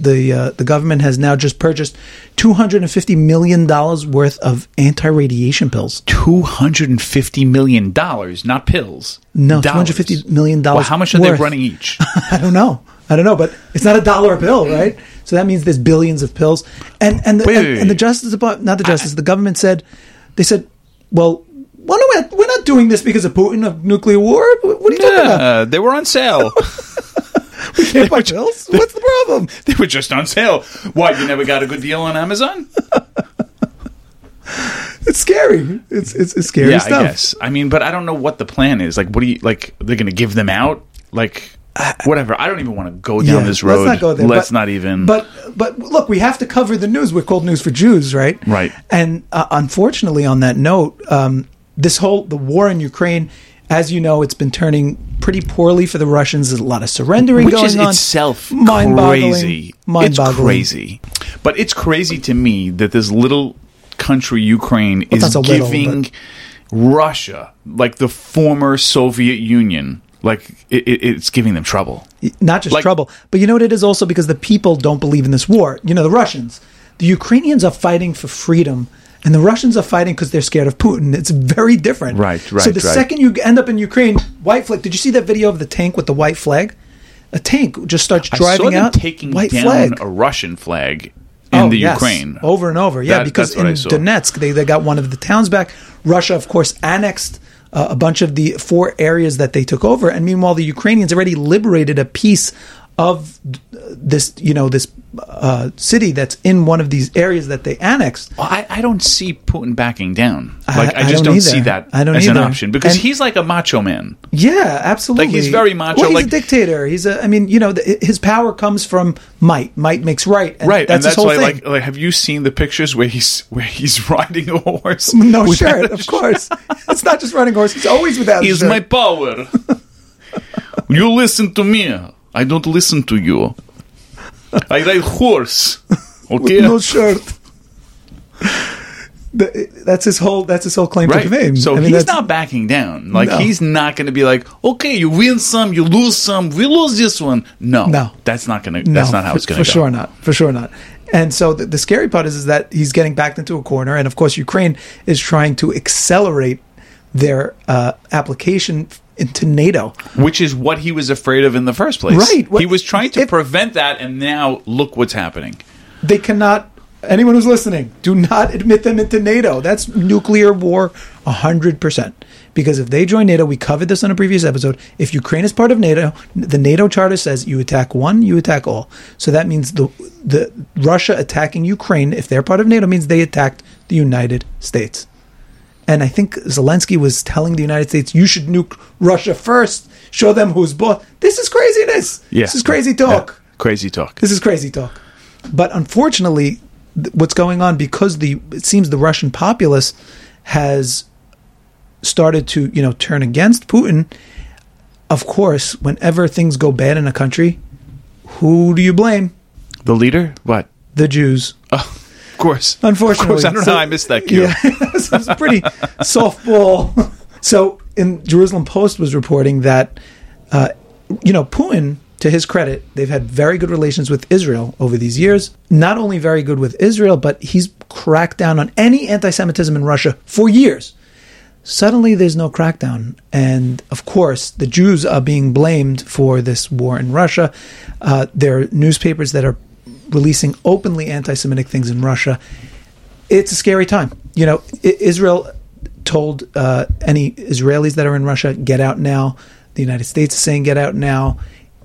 B: the uh, the government has now just purchased 250 million dollars worth of anti-radiation pills.
A: two hundred and fifty million dollars, not pills.
B: No,
A: Dollars.
B: $250 million
A: Well, how much are
B: worth.
A: they running each?
B: I don't know. I don't know, but it's not a dollar a pill, right? So that means there's billions of pills. And and the,
A: Wait,
B: and,
A: wait,
B: and the
A: wait.
B: justice department, not the justice, the government said, they said, well, well no, we're- we're not doing this because of Putin of nuclear war. What are you talking about?
A: Yeah, they were on sale.
B: We can't buy pills. What's the problem?
A: they were just on sale. What? You never got a good deal on Amazon?
B: It's scary. It's it's, it's scary
A: yeah,
B: stuff.
A: I guess. I mean, but I don't know what the plan is. Like, what do you like? They're going to give them out? Like, whatever. I don't even want to go down
B: Yeah,
A: this road.
B: Let's not go there.
A: Let's
B: but-
A: not even.
B: But but look, we have to cover the news. We're called News for Jews, right?
A: Right.
B: And uh, unfortunately, on that note, um, this whole the war in Ukraine, as you know, it's been turning pretty poorly for the Russians. There's a lot of surrendering
A: which
B: going
A: is
B: on.
A: itself
B: Mind-boggling.
A: crazy.
B: Mind-boggling.
A: It's crazy. But it's crazy to me that this little country Ukraine is
B: that's a little,
A: giving Russia, like the former Soviet Union, like it, it, it's giving them trouble.
B: not just
A: Like-
B: trouble, but you know what it is also because the people don't believe in this war. You know, the Russians, the Ukrainians are fighting for freedom, and the Russians are fighting because they're scared of Putin. It's very different,
A: Right,
B: So
A: right,
B: the
A: right.
B: second you end up in Ukraine, white flag. Did you see that video of the tank with the white flag? A tank just starts driving
A: I saw them
B: out
A: taking
B: white
A: down
B: flag
A: a Russian flag in
B: Oh,
A: the
B: yes.
A: Ukraine
B: over and over. Yeah,
A: That-
B: because
A: that's what
B: in
A: I saw.
B: Donetsk they, they got one of the towns back. Russia, of course, annexed uh, a bunch of the four areas that they took over, and meanwhile the Ukrainians already liberated a piece of uh, this you know this uh, city that's in one of these areas that they annexed.
A: Well, I, I don't see Putin backing down.
B: I-
A: Like I,
B: I
A: just
B: don't
A: don't, see
B: either.
A: that
B: I don't
A: as an
B: either.
A: option because
B: And-
A: he's like a macho man.
B: Yeah, absolutely.
A: Like, he's very macho,
B: Well, he's a
A: like-
B: dictator. He's a. I mean, you know, th his power comes from might. Might makes right. And
A: right,
B: That's
A: and
B: his
A: that's
B: whole
A: why,
B: thing.
A: like, like, have you seen the pictures where he's where he's riding a horse?
B: no
A: without
B: shirt,
A: a
B: of course. it's not just running horse. He's always without. a
A: Is
B: shirt.
A: my power? you listen to me. I don't listen to you. I ride horse. Okay.
B: no shirt. Th- That's his whole. That's his whole claim to fame.
A: Right. So
B: I mean,
A: he's
B: that's-
A: not backing down. Like
B: No.
A: he's not going to be like, okay, you win some, you lose some, we lose this one. No,
B: No.
A: that's not going to. That's
B: No,
A: not how
B: for-
A: it's going to
B: For
A: go.
B: sure not. For sure not. And so the, the scary part is, is that he's getting backed into a corner, and of course Ukraine is trying to accelerate their uh, application into NATO.
A: Which is what he was afraid of in the first place.
B: Right. What-
A: he was trying to
B: if-
A: prevent that, and now look what's happening.
B: They cannot. Anyone who's listening, do not admit them into NATO. That's nuclear war, hundred percent. Because if they join NATO, we covered this on a previous episode. If Ukraine is part of NATO, the NATO charter says you attack one, you attack all. So that means the the Russia attacking Ukraine, if they're part of NATO, means they attacked the United States. And I think Zelensky was telling the United States, "You should nuke Russia first. Show them who's boss." This is craziness.
A: Yeah.
B: This is crazy
A: Yeah.
B: talk.
A: Crazy talk.
B: This is crazy talk. But unfortunately, th- what's going on because the it seems the Russian populace has started to you know turn against Putin. Of course, whenever things go bad in a country, who do you blame?
A: The leader? What?
B: The Jews.
A: Of course.
B: Unfortunately,
A: Of course. I don't know
B: So-
A: how I missed that cue.
B: Yeah, it was pretty softball. So, in Jerusalem Post was reporting that, uh, you know, Putin, to his credit, they've had very good relations with Israel over these years. Not only very good with Israel, but he's cracked down on any anti-Semitism in Russia for years. Suddenly, there's no crackdown, and of course, the Jews are being blamed for this war in Russia. Uh, there are newspapers that are releasing openly anti-Semitic things in Russia it's a scary time. You know, I- Israel told uh, any Israelis that are in Russia, get out now. The United States is saying, get out now.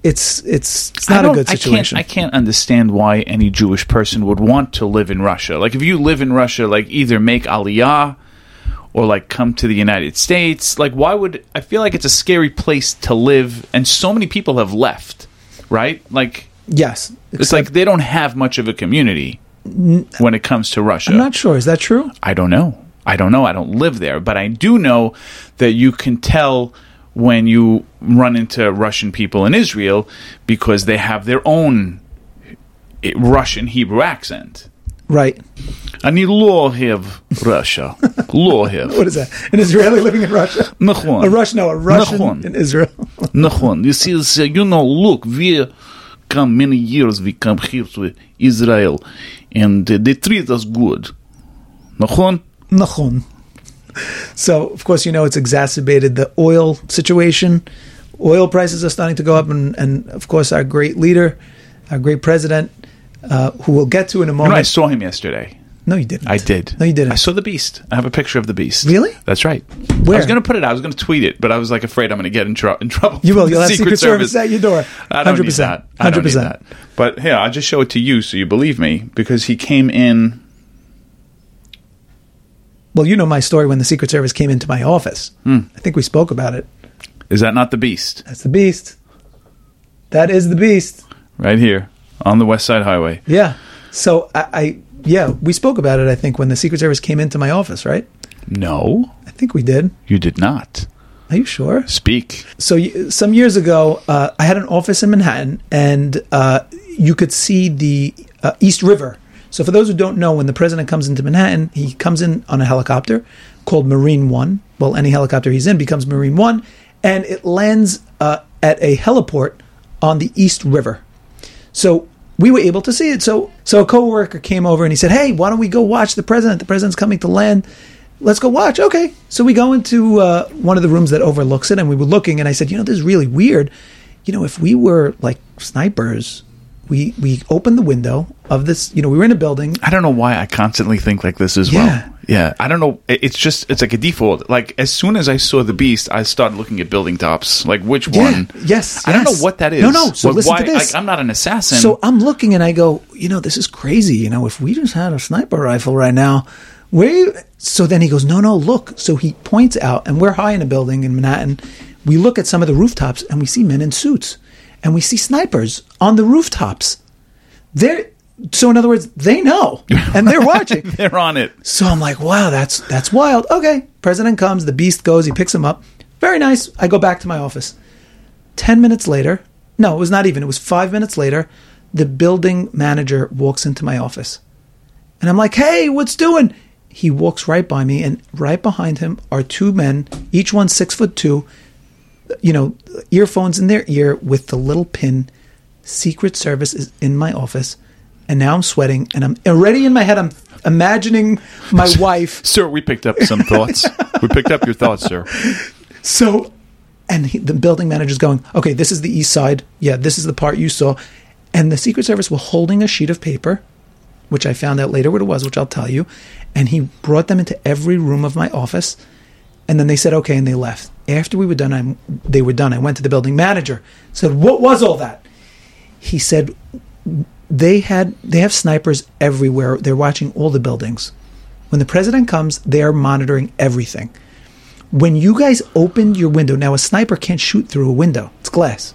B: It's it's, it's
A: I
B: not a
A: don't-
B: good
A: I can't-
B: situation.
A: I can't, understand why any Jewish person would want to live in Russia. Like, if you live in Russia, like either make Aliyah or like come to the United States. Like, why would I feel like it's a scary place to live? And so many people have left, right? Like,
B: yes,
A: it's like they don't have much of a community when it comes to Russia.
B: I'm not sure. Is that true?
A: I don't know. I don't know. I don't live there, but I do know that you can tell when you run into Russian people in Israel because they have their own eh, Russian Hebrew accent.
B: Right.
A: I need lohiv Russia. Lohiv.
B: What is that? An Israeli living in Russia?
A: Nachon.
B: A Russian? No, a Russian
A: Nachon.
B: in Israel.
A: Nachon. You see, it's, uh, you know, look, we come many years, we come here to Israel, and uh, they treat us good. Nachon?
B: Nachon. So, of course, you know it's exacerbated the oil situation. Oil prices are starting to go up, and, and of course, our great leader, our great president, uh, who we'll get to in a
A: You
B: moment.
A: know, I saw him yesterday.
B: No, you didn't.
A: I did.
B: No, you didn't.
A: I saw the beast. I have a picture of the beast.
B: Really?
A: That's right.
B: Where?
A: I was going to put it out. I was going to tweet it, but I was like afraid I'm going to get in, trou in trouble.
B: You will.
A: from
B: You'll
A: the
B: have Secret Service at your door.
A: I don't 100%.
B: 100%.
A: that. I don't need
B: 100%.
A: that. But here, I'll just show it to you so you believe me because he came in.
B: Well, you know my story when the Secret Service came into my office.
A: Hmm.
B: I think we spoke about it.
A: Is that not the beast?
B: That's the beast. That is the beast.
A: Right here on the West Side Highway.
B: Yeah. So I, I yeah, we spoke about it. I think when the Secret Service came into my office, right?
A: No,
B: I think we did.
A: you did not.
B: Are you sure?
A: Speak.
B: so y- some years ago, uh, I had an office in Manhattan, and uh, you could see the uh, East River. So for those who don't know, when the president comes into Manhattan, he comes in on a helicopter called Marine One. Well, any helicopter he's in becomes Marine One, and it lands uh, at a heliport on the East River. So we were able to see it. So so a coworker came over and he said, "Hey, why don't we go watch the president? The president's coming to land. Let's go watch." Okay. So we go into uh, one of the rooms that overlooks it, and we were looking. And I said, "You know, this is really weird. You know, if we were like snipers, we we opened the window of this. You know, we were in a building.
A: I don't know why I constantly think like this as
B: Yeah.
A: well. Yeah, I don't know. It- It's just it's like a default. Like as soon as I saw the beast, I started looking at building tops. Like which
B: Yeah,
A: one?
B: yes,
A: I don't
B: yes.
A: know what that is.
B: No, no, so
A: What-
B: listen to this.
A: Like, I'm not an assassin.
B: So I'm looking and I go, you know, this is crazy. You know, if we just had a sniper rifle right now, we. So then he goes, no, no, look. So he points out, and we're high in a building in Manhattan. We look at some of the rooftops and we see men in suits, and we see snipers on the rooftops. They're so, in other words, they know and they're watching.
A: they're on it.
B: So I'm like, wow, that's that's wild. Okay, president comes, the beast goes, he picks him up. Very nice. I go back to my office. Ten minutes later, no, it was not even. It was five minutes later. The building manager walks into my office, and I'm like, hey, what's doing? He walks right by me, and right behind him are two men, each one six foot two, you know, earphones in their ear with the little pin. Secret Service is in my office, and now I'm sweating, and I'm already in my head. I'm imagining my wife
A: Sir, we picked up some thoughts. we picked up your thoughts, sir.
B: So, and he, the building manager's going, okay, this is the east side. Yeah, this is the part you saw. And the Secret Service were holding a sheet of paper, which I found out later what it was, which I'll tell you. And he brought them into every room of my office. And then they said, okay, and they left. After we were done, I, they were done. I went to the building manager, said, what was all that? He said, they had they have snipers everywhere. They're watching all the buildings. When the president comes, they are monitoring everything when you guys opened your window, now a sniper can't shoot through a window. It's glass.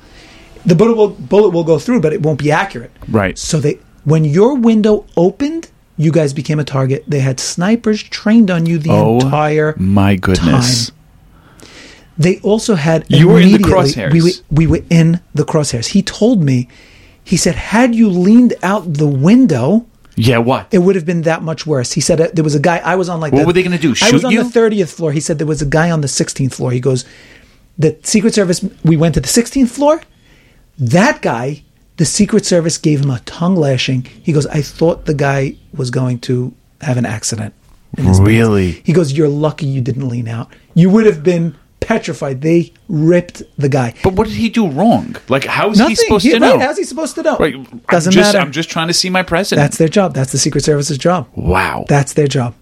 B: The bullet will, bullet will go through, but it won't be accurate.
A: Right.
B: So they, when your window opened, you guys became a target. They had snipers trained on you the
A: Oh,
B: entire.
A: my goodness.
B: time. They also had.
A: You were in the
B: immediately-
A: crosshairs.
B: We were, we were in the crosshairs. He told me, he said, had you leaned out the window,
A: Yeah, what?
B: it would have been that much worse. He said uh, there was a guy. I was on like
A: What
B: the-
A: were they gonna do,
B: I
A: shoot
B: was on
A: you?
B: the thirtieth floor. He said there was a guy on the sixteenth floor. He goes, the Secret Service. We went to the sixteenth floor. That guy, the Secret Service gave him a tongue lashing. He goes, I thought the guy was going to have an accident. in his business."
A: Really?
B: He goes, you're lucky you didn't lean out. You would have been petrified. They ripped the guy.
A: But what did he do wrong? Like, how is he supposed to know?
B: right, how's he supposed to know?
A: Right,
B: Doesn't
A: I'm just,
B: matter.
A: I'm just trying to see my president.
B: That's their job. That's the Secret Service's job.
A: wow.
B: That's their job.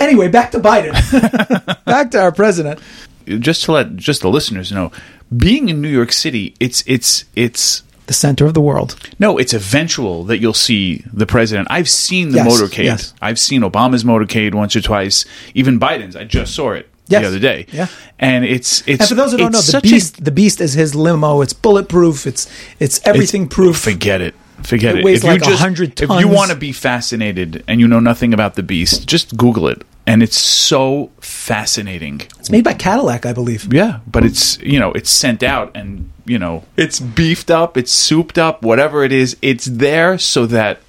B: Anyway, back to Biden. back to our president.
A: just to let just the listeners know, being in New York City, it's it's it's
B: The center of the world.
A: no, it's eventual that you'll see the president. I've seen the
B: Yes,
A: motorcade.
B: yes.
A: I've seen Obama's motorcade once or twice. Even Biden's. I just saw it
B: Yes.
A: the other day.
B: Yeah.
A: And it's it's
B: And for those who don't
A: it's
B: know, the
A: such a-
B: beast the beast is his limo. It's bulletproof. It's it's
A: it's-
B: everything proof.
A: Forget it. Forget
B: It
A: it.
B: weighs
A: If you
B: like
A: just-
B: 100
A: If
B: tons.
A: you want to be fascinated and you know nothing about the beast, just Google it. And it's so fascinating.
B: It's made by Cadillac, I believe.
A: Yeah, but it's you know it's sent out and you know it's beefed up, it's souped up, whatever it is, it's there so that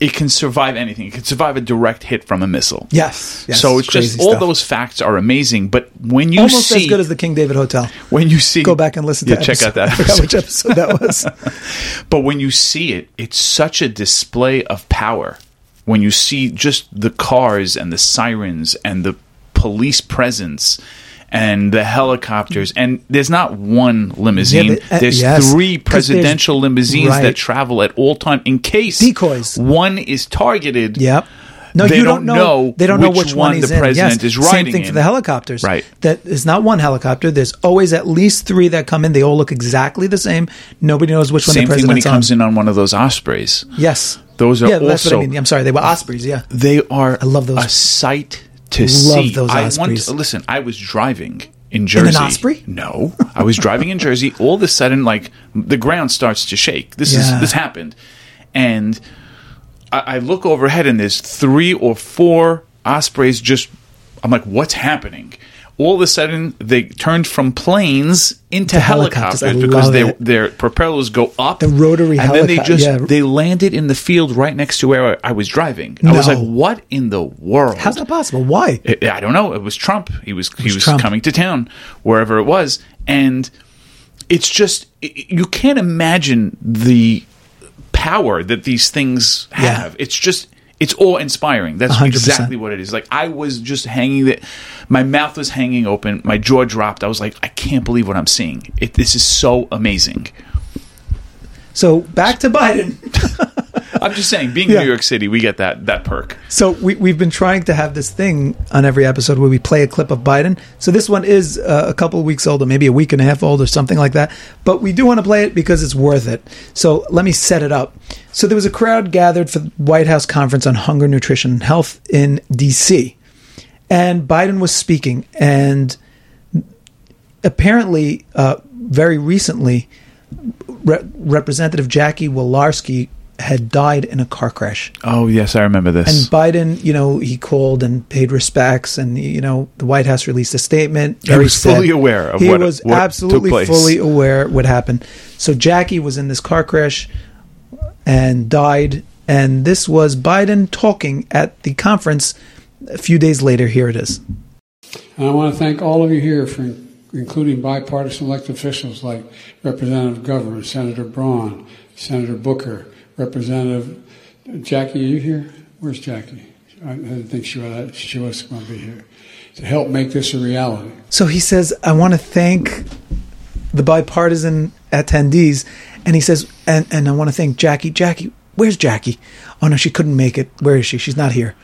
A: it can survive anything. It can survive a direct hit from a missile.
B: Yes. yes,
A: so it's just
B: crazy
A: all
B: stuff.
A: those facts are amazing, but when you
B: almost
A: see
B: as good as the King David Hotel.
A: when you see
B: Go back and listen to
A: yeah,
B: that
A: check out
B: episode. I
A: that
B: forgot
A: episode.
B: which episode that was.
A: But when you see it, it's such a display of power. When you see just the cars and the sirens and the police presence and the helicopters, and there's not one limousine.
B: Yeah, but, uh,
A: there's
B: yes.
A: three
B: 'Cause there's-
A: presidential limousines
B: right.
A: that travel at all time in case
B: Decoys.
A: One is targeted.
B: Yep. No,
A: They
B: you
A: don't
B: don't, know,
A: know
B: They don't know
A: which
B: which one,
A: one
B: he's
A: the
B: in.
A: president
B: yes.
A: is
B: Same
A: riding
B: thing for
A: in.
B: the helicopters.
A: Right.
B: That is not one helicopter. There's always at least three that come in. They all look exactly the same. Nobody knows which one
A: Same
B: the
A: thing when he
B: president's
A: comes
B: on.
A: in on one of those Ospreys.
B: Yes.
A: Those are
B: yeah, that's what I
A: also-
B: mean. I'm sorry. They were Ospreys. Yeah.
A: They are
B: I love those.
A: a sight to
B: Love
A: see.
B: those
A: I
B: Ospreys.
A: listen, I was driving in Jersey.
B: Osprey?
A: No. I was driving in Jersey. All of a sudden, like the ground starts to shake. This
B: Yeah.
A: is this happened. And I, I look overhead and there's three or four Ospreys just I'm like, what's happening? All of a sudden, they turned from planes into
B: helicopters.
A: helicopters,
B: I
A: because
B: love
A: they,
B: it.
A: their propellers go up.
B: The rotary
A: and then they
B: helicopter,
A: just
B: yeah.
A: they landed in the field right next to where I I was driving. I was
B: No.
A: like, what in the world?
B: How's that possible? Why?
A: I- I don't know. It was Trump. He was, he
B: was
A: was,
B: Trump.
A: coming to town, wherever it was, and it's just i- i- you can't imagine the power that these things
B: Yeah.
A: have. It's just it's awe inspiring. That's
B: 100%.
A: exactly what it is. Like I was just hanging the, my mouth was hanging open, my jaw dropped. I was like, I can't believe what I'm seeing. It, this is so amazing.
B: So back to Biden.
A: I'm just saying, being
B: Yeah.
A: in New York City, we get that that perk.
B: So we, we've been trying to have this thing on every episode where we play a clip of Biden. So this one is uh, a couple of weeks old, or maybe a week and a half old, or something like that. But we do want to play it because it's worth it. So let me set it up. So there was a crowd gathered for the White House conference on hunger, nutrition, and health in D.C. And Biden was speaking, and apparently, uh, very recently, Re- Representative Jackie Walarski had died in a car crash.
A: Oh yes, I remember this.
B: And Biden, you know, he called and paid respects, and you know, the White House released a statement. He
A: was fully aware of
B: he
A: what-
B: was
A: what took
B: absolutely
A: place.
B: fully aware what happened. So Jackie was in this car crash and died And this was Biden talking at the conference a few days later. Here it is.
G: And I want to thank all of you here for in- including bipartisan elected officials like Representative Governor, Senator Braun, Senator Booker, Representative Jackie. Are you here? Where's Jackie? I I didn't think she was, she was going to be here to help make this a reality.
B: So he says, I want to thank the bipartisan attendees. And he says, and, and I want to thank Jackie. Jackie, where's Jackie? Oh, no, she couldn't make it. Where is she? She's not here.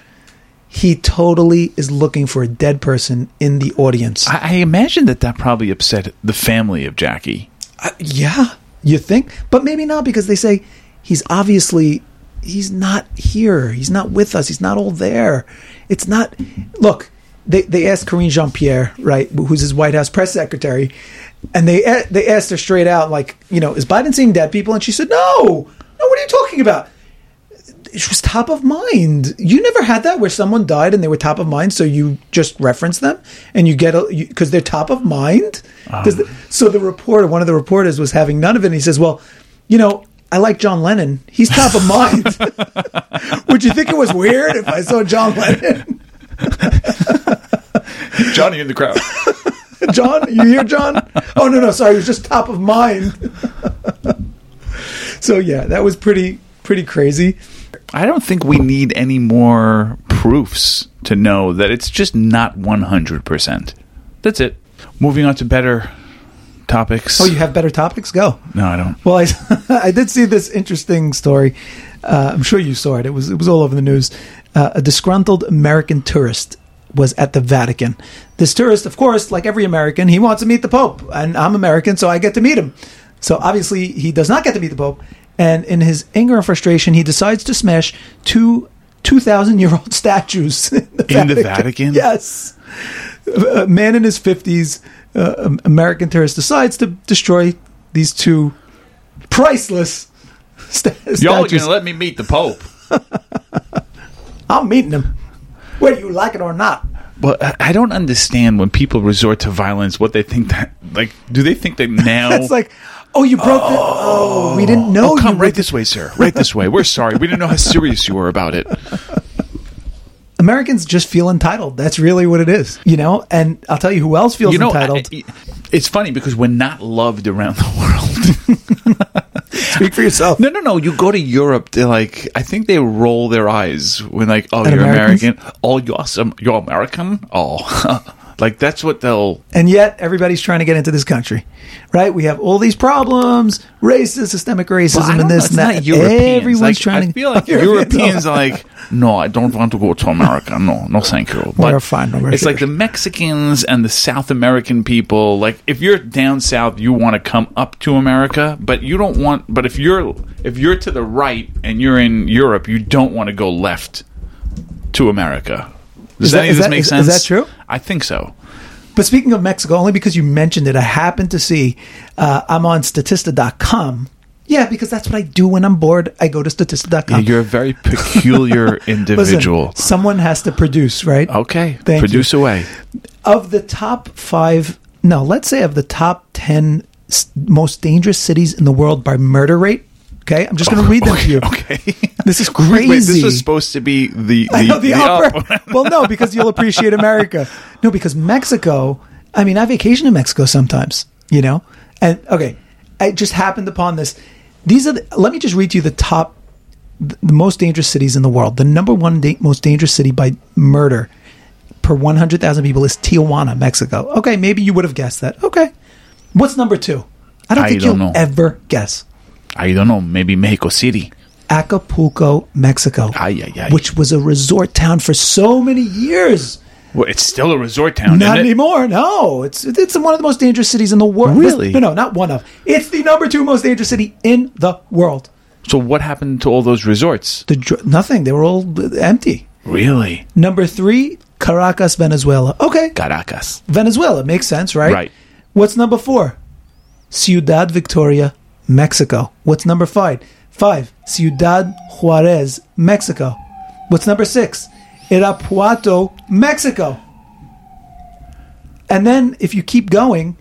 B: He totally is looking for a dead person in the audience.
A: I, I imagine that that probably upset the family of Jackie.
B: Uh, yeah, you think? But maybe not because they say he's obviously he's not here. He's not with us. He's not all there. It's not. Look, they they asked Karine Jean Pierre, right, who's his White House press secretary, and they a- they asked her straight out, like, you know, is Biden seeing dead people? And she said, no, no. What are you talking about? She was top of mind. You never had that where someone died and they were top of mind, so you just reference them and you get a because they're top of mind. 'Cause the- so the reporter, one of the reporters, was having none of it. and He says, "Well, you know, I like John Lennon. He's top of mind." Would you think it was weird if I saw John Lennon?
A: Johnny in the crowd.
B: John, you hear John? Oh no, no, sorry, it was just top of mind. so yeah, that was pretty pretty crazy.
A: I don't think we need any more proofs to know that it's just not 100%. That's it. Moving on to better topics.
B: Oh, you have better topics? Go.
A: No, I don't.
B: Well, I, I did see this interesting story. Uh, I'm sure you saw it. It was it was all over the news. Uh, a disgruntled American tourist was at the Vatican. This tourist, of course, like every American, he wants to meet the Pope, and I'm American, so I get to meet him. So obviously, he does not get to meet the Pope, and in his anger and frustration, he decides to smash two. 2,000 year old statues in the
A: In the Vatican?
B: Yes a man in his 50s, uh, um, American tourist, decides to destroy these two priceless sta-
A: Y'all
B: statues.
A: gonna let me meet the Pope?
B: I'm meeting him, whether you like it or not.
A: Well, I- I don't understand when people resort to violence. What they think that like? Do they think that now?
B: It's like, oh, you broke the. Oh, we didn't know
A: oh,
B: you
A: come
B: were
A: right this way, sir. Right this way. We're sorry. We didn't know how serious you were about it.
B: Americans just feel entitled. That's really what it is, you know. And I'll tell you who else feels
A: You know,
B: entitled.
A: I- it's funny because we're not loved around the world.
B: Speak for yourself.
A: no, no, no. You go to Europe, they're like, I think they roll their eyes when like, oh,
B: At
A: you're
B: Americans?
A: American. Oh, you're some, you're American. Oh, like that's what they'll.
B: And yet, everybody's trying to get into this country, right? We have all these problems: racism, systemic
A: Well, I
B: racism,
A: don't
B: and
A: know,
B: this,
A: it's
B: and that.
A: not Europeans.
B: Everyone's
A: Like,
B: trying to.
A: I feel like
B: Europeans-
A: Europeans are like, no, I don't want to go to America. No, no, thank you.
B: We're fine over
A: it's
B: here.
A: like the Mexicans and the South American people. Like, if you're down south, you want to come up to America, but you don't want. But if you're if you're to the right and you're in Europe, you don't want to go left to America. Does
B: Is that-
A: any
B: is
A: of this
B: that-
A: make
B: is- is
A: sense?
B: that true?
A: I think so.
B: But speaking of Mexico, only because you mentioned it, I happened to see uh, I'm on Statista.com. Yeah, because that's what I do when I'm bored. I go to Statista.com.
A: You're a very peculiar
B: Listen,
A: individual.
B: someone has to produce, right?
A: okay,
B: Thank
A: produce
B: you.
A: away.
B: Of the top five, no, let's say of the top 10 s- most dangerous cities in the world by murder rate. Okay, I'm just going to read them to you.
A: Oh, Okay.
B: This is
A: Wait,
B: crazy.
A: this was supposed to be the oh. the,
B: I know, the, upper.
A: up.
B: well, no, because you'll appreciate America. No, because Mexico. I mean, I vacation in Mexico sometimes. You know, and okay, I just happened upon this. These are. The, let me just read to you the top, the most dangerous cities in the world. The number one da- most dangerous city by murder per one hundred thousand people is Tijuana, Mexico. Okay, maybe you would have guessed that. Okay, what's number two? I don't
A: I
B: think
A: don't
B: you'll
A: know.
B: ever guess.
A: I don't know. Maybe Mexico City.
B: Acapulco, Mexico,
A: Ay, ay, ay.
B: which was a resort town for so many years.
A: Well, it's still a resort town. isn't
B: Not
A: it?
B: anymore. No, it's it's one of the most dangerous cities in the world.
A: Really?
B: No, no, not one of. It's the number two most dangerous city in the world.
A: So what happened to all those resorts?
B: The dr- nothing. They were all empty.
A: Really?
B: Number three, Caracas, Venezuela. Okay,
A: Caracas.
B: Venezuela makes sense, right?
A: Right.
B: What's number four? Ciudad Victoria, Mexico. What's number five? Five. Ciudad Juarez, Mexico. What's number six? Irapuato, Mexico. And then if you keep going,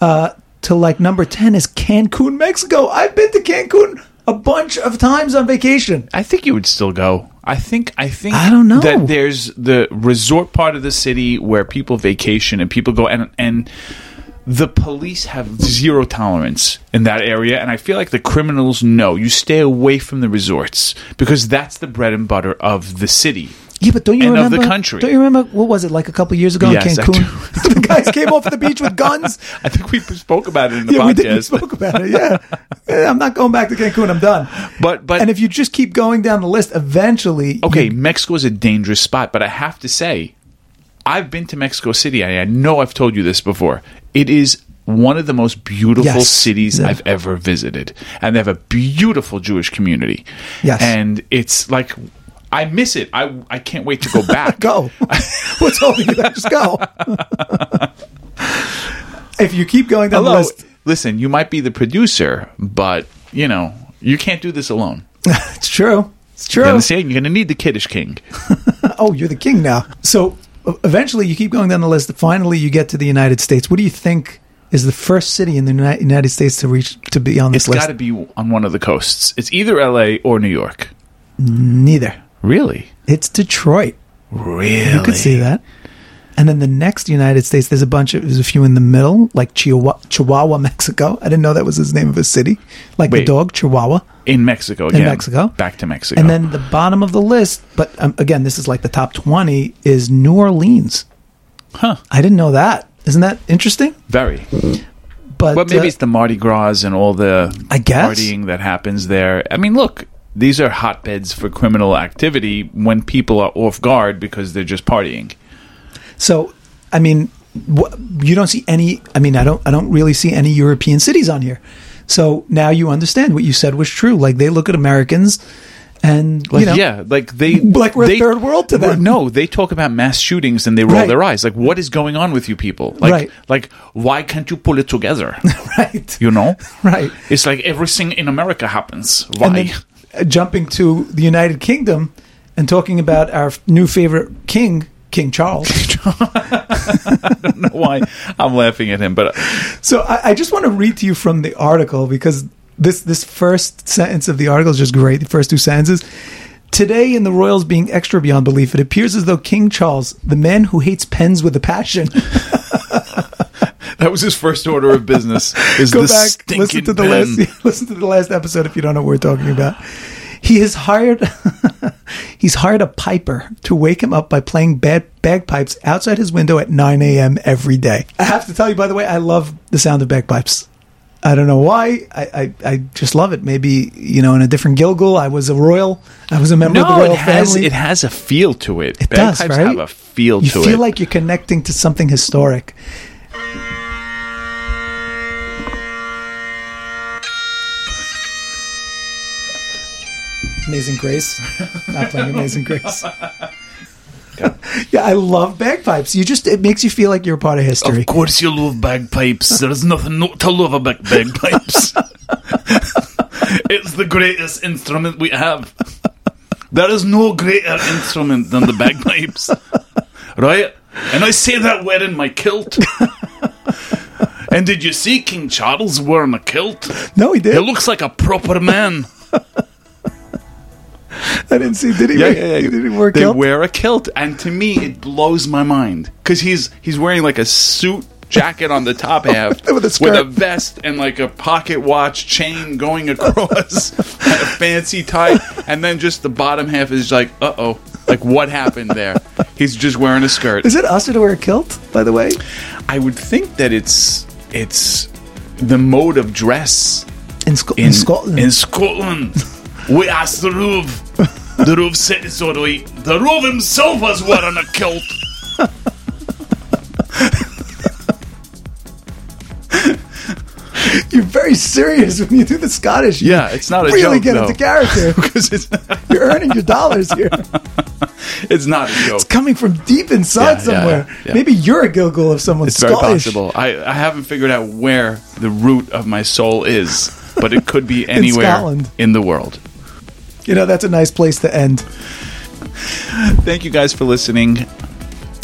B: uh, to like number ten is Cancun, Mexico. I've been to Cancun a bunch of times on vacation.
A: I think you would still go. I think I think
B: I don't know.
A: that there's the resort part of the city where people vacation and people go and and the police have zero tolerance in that area and I feel like the criminals know you stay away from the resorts because that's the bread and butter of the city.
B: Yeah, but don't you
A: and of
B: remember?
A: the country.
B: Don't you remember what was it like a couple years ago
A: Yes,
B: in
A: I
B: Cancun? the guys came off the beach with guns.
A: I think we spoke about it in the
B: yeah,
A: podcast.
B: we did. We spoke about it. Yeah, Yeah, I'm not going back to Cancun. I'm done.
A: But- but-
B: and if you just keep going down the list, eventually,
A: okay, Mexico is a dangerous spot, but I have to say, I've been to Mexico City. and I know I've told you this before. It is one of the most beautiful
B: Yes.
A: cities
B: Yeah.
A: I've ever visited, and they have a beautiful Jewish community.
B: Yes.
A: and it's like I miss it. I I can't wait to go back.
B: go. What's holding you back? Just go. if you keep going down the
A: Hello,
B: list,
A: listen. You might be the producer, but you know you can't do this alone.
B: it's true. It's true.
A: You understand? You're going to need the Kiddish King.
B: Oh, you're the king now. So e- eventually, you keep going down the list. Finally, you get to the United States. What do you think is the first city in the Uni- United States to reach to be on this
A: It's got
B: list?
A: to be on one of the coasts. It's either L.A. or New York.
B: Neither.
A: Really?
B: It's Detroit.
A: Really?
B: You could see that. And then the next United States, there's a bunch of there's a few in the middle, like Chihuahua, Chihuahua, Mexico. I didn't know that was his name of a city, like the
A: Wait.
B: dog Chihuahua.
A: in Mexico
B: in
A: again.
B: Mexico.
A: Back to Mexico.
B: And then the bottom of the list, but um, again, this is like the top 20, is New Orleans.
A: Huh.
B: I didn't know that. Isn't that interesting?
A: very.
B: But,
A: But maybe
B: uh,
A: it's the Mardi Gras and all the
B: I guess.
A: partying that happens there. I mean, look, these are hotbeds for criminal activity when people are off guard because they're just partying.
B: so, I mean, wh- you don't see any. I mean, I don't. I don't really see any European cities on here. So now you understand what you said was true. Like they look at Americans, and
A: Like,
B: you know,
A: yeah, like they
B: Like we're
A: they-
B: third world to them.
A: No, they talk about mass shootings and they roll
B: Right.
A: their eyes. Like, what is going on with you people? Like,
B: Right.
A: like why can't you pull it together?
B: right,
A: You know,
B: right.
A: It's like everything in America happens. Why?
B: And then uh, jumping to the United Kingdom and talking about our f- new favorite king, King Charles.
A: know why I'm laughing at him, but
B: So I, I just want to read to you from the article because this this first sentence of the article is just great. The first two sentences. Today, in the Royals being extra beyond belief, it appears as though King Charles, the man who hates pens with a passion,
A: that was his first order of business. Is
B: go
A: the
B: back
A: stinking
B: listen to the
A: pen.
B: last listen to the last episode if you don't know what we're talking about. He has hired he's hired a piper to wake him up by playing bad bagpipes outside his window at 9 a.m. every day. I have to tell you, by the way, I love the sound of bagpipes. I don't know why. I, I, I just love it. Maybe you know, in a different Gilgal, I was a royal. I was a member of the
A: No,
B: royal
A: it has
B: family.
A: it has a feel to it.
B: It does,
A: Bagpipes
B: right?
A: have a feel
B: you
A: to
B: feel
A: it.
B: like you're connecting to something historic. Amazing Grace. Not playing Amazing Grace. yeah, I love bagpipes. You just it makes you feel like you're a part of history.
A: of course, you love bagpipes. There's nothing not to love about bagpipes. it's the greatest instrument we have. There is no greater instrument than the bagpipes, right? And I say that wearing my kilt. and did you see King Charles wearing a kilt?
B: No, he
A: He
B: did.
A: looks like a proper man.
B: I didn't see. Did he?
A: yeah,
B: wear-
A: yeah, yeah.
B: Did he work
A: they
B: out?
A: wear a kilt, and to me, it blows my mind because he's he's wearing like a suit jacket on the top half
B: With a skirt.
A: vest and like a pocket watch chain going across, and a fancy tie, and then just the bottom half is like, uh oh, like what happened there? He's just wearing a skirt.
B: Is it usher to wear a kilt? By the way,
A: I would think that it's it's the mode of dress
B: in, Sc- in, Scotland.
A: in Scotland, we asked the roof. The roof said it's all right. The roof himself was wearing a kilt.
B: you're very serious when you do the Scottish.
A: Yeah, it's not a
B: really
A: joke.
B: get
A: no.
B: into character.
A: because it's
B: You're earning your dollars here.
A: it's not a joke.
B: It's coming from deep inside
A: Yeah, yeah,
B: somewhere.
A: yeah, yeah.
B: Maybe you're a Gilgal of someone
A: It's very
B: Scottish.
A: possible. I, I haven't figured out where the root of my soul is, but it could be anywhere in,
B: Scotland.
A: the world.
B: You know, that's a nice place to end.
A: Thank you guys for listening.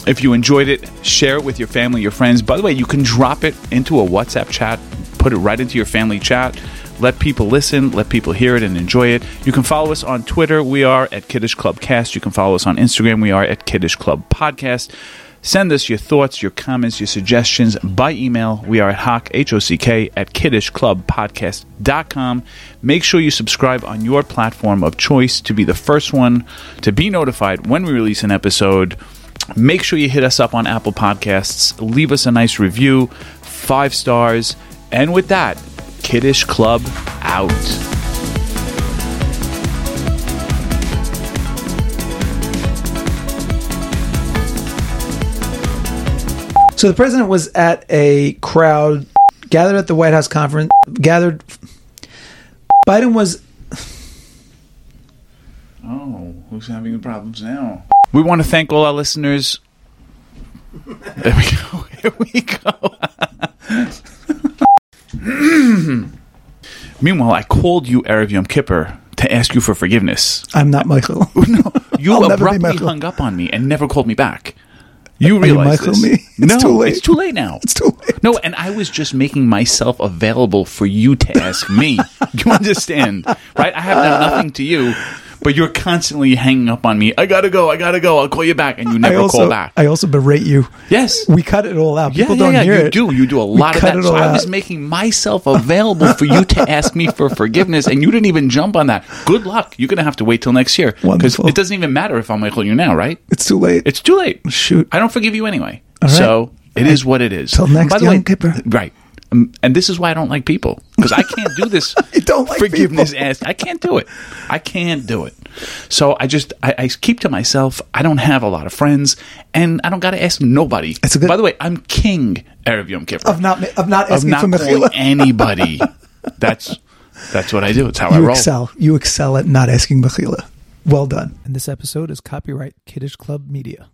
A: If you enjoyed it, share it with your family, your friends. By the way, you can drop it into a WhatsApp chat, put it right into your family chat. Let people listen, let people hear it and enjoy it. You can follow us on Twitter. We are at Kiddish Club Cast. You can follow us on Instagram. We are at Kiddish Club Podcast. Send us your thoughts, your comments, your suggestions by email. We are at hock, H-O-C-K, at kiddishclubpodcast.com. Make sure you subscribe on your platform of choice to be the first one to be notified when we release an episode. Make sure you hit us up on Apple Podcasts. Leave us a nice review, five stars. And with that, Kiddish Club out.
B: So the president was at a crowd gathered at the White House conference. Gathered. Biden was.
A: Oh, who's having the problems now? We want to thank all our listeners. There we go. Here we go. Meanwhile, I called you Erev Yom Kippur to ask you for forgiveness.
B: I'm not Michael.
A: No, you
B: I'll never be
A: abruptly
B: Michael.
A: hung up on me and never called me back. You
B: you
A: realize
B: Michael
A: this?
B: me? It's
A: no,
B: too late.
A: it's too late now.
B: It's too late.
A: No, and I was just making myself available for you to ask me. you understand, right? I have done nothing to you, but you're constantly hanging up on me. I gotta go. I gotta go. I'll call you back, and you
B: I
A: never
B: also,
A: call back.
B: I also berate you.
A: Yes.
B: We cut it all out.
A: yeah,
B: People
A: yeah,
B: don't
A: yeah.
B: hear
A: you
B: it.
A: do. You do a
B: We
A: lot of
B: cut
A: that.
B: it
A: So
B: all
A: I was
B: out.
A: making myself available for you to ask me for forgiveness, and you didn't even jump on that. Good luck. You're gonna have to wait till next year because
B: Wonderful.
A: it doesn't even matter if I'm gonna call you now, right?
B: It's too late.
A: It's too late.
B: Shoot.
A: I don't forgive you anyway.
B: All right.
A: So it is what it is.
B: Till next
A: By the
B: Yom
A: way,
B: Kippur.
A: Right. Um, and this is why I don't like people because I can't do this.
B: You don't like
A: forgiveness
B: people.
A: ass. I can't do it. I can't do it. So I just I, I keep to myself. I don't have a lot of friends, and I don't got to ask nobody.
B: It's a good-
A: By the way, I'm king Erev Yom Kippur
B: of not of not
A: of
B: asking
A: not
B: for
A: calling
B: mechila.
A: anybody. That's that's what I do. It's how I
B: You
A: roll.
B: excel. You excel at not asking mechila. Well done. And this episode is copyright Kiddish Club Media.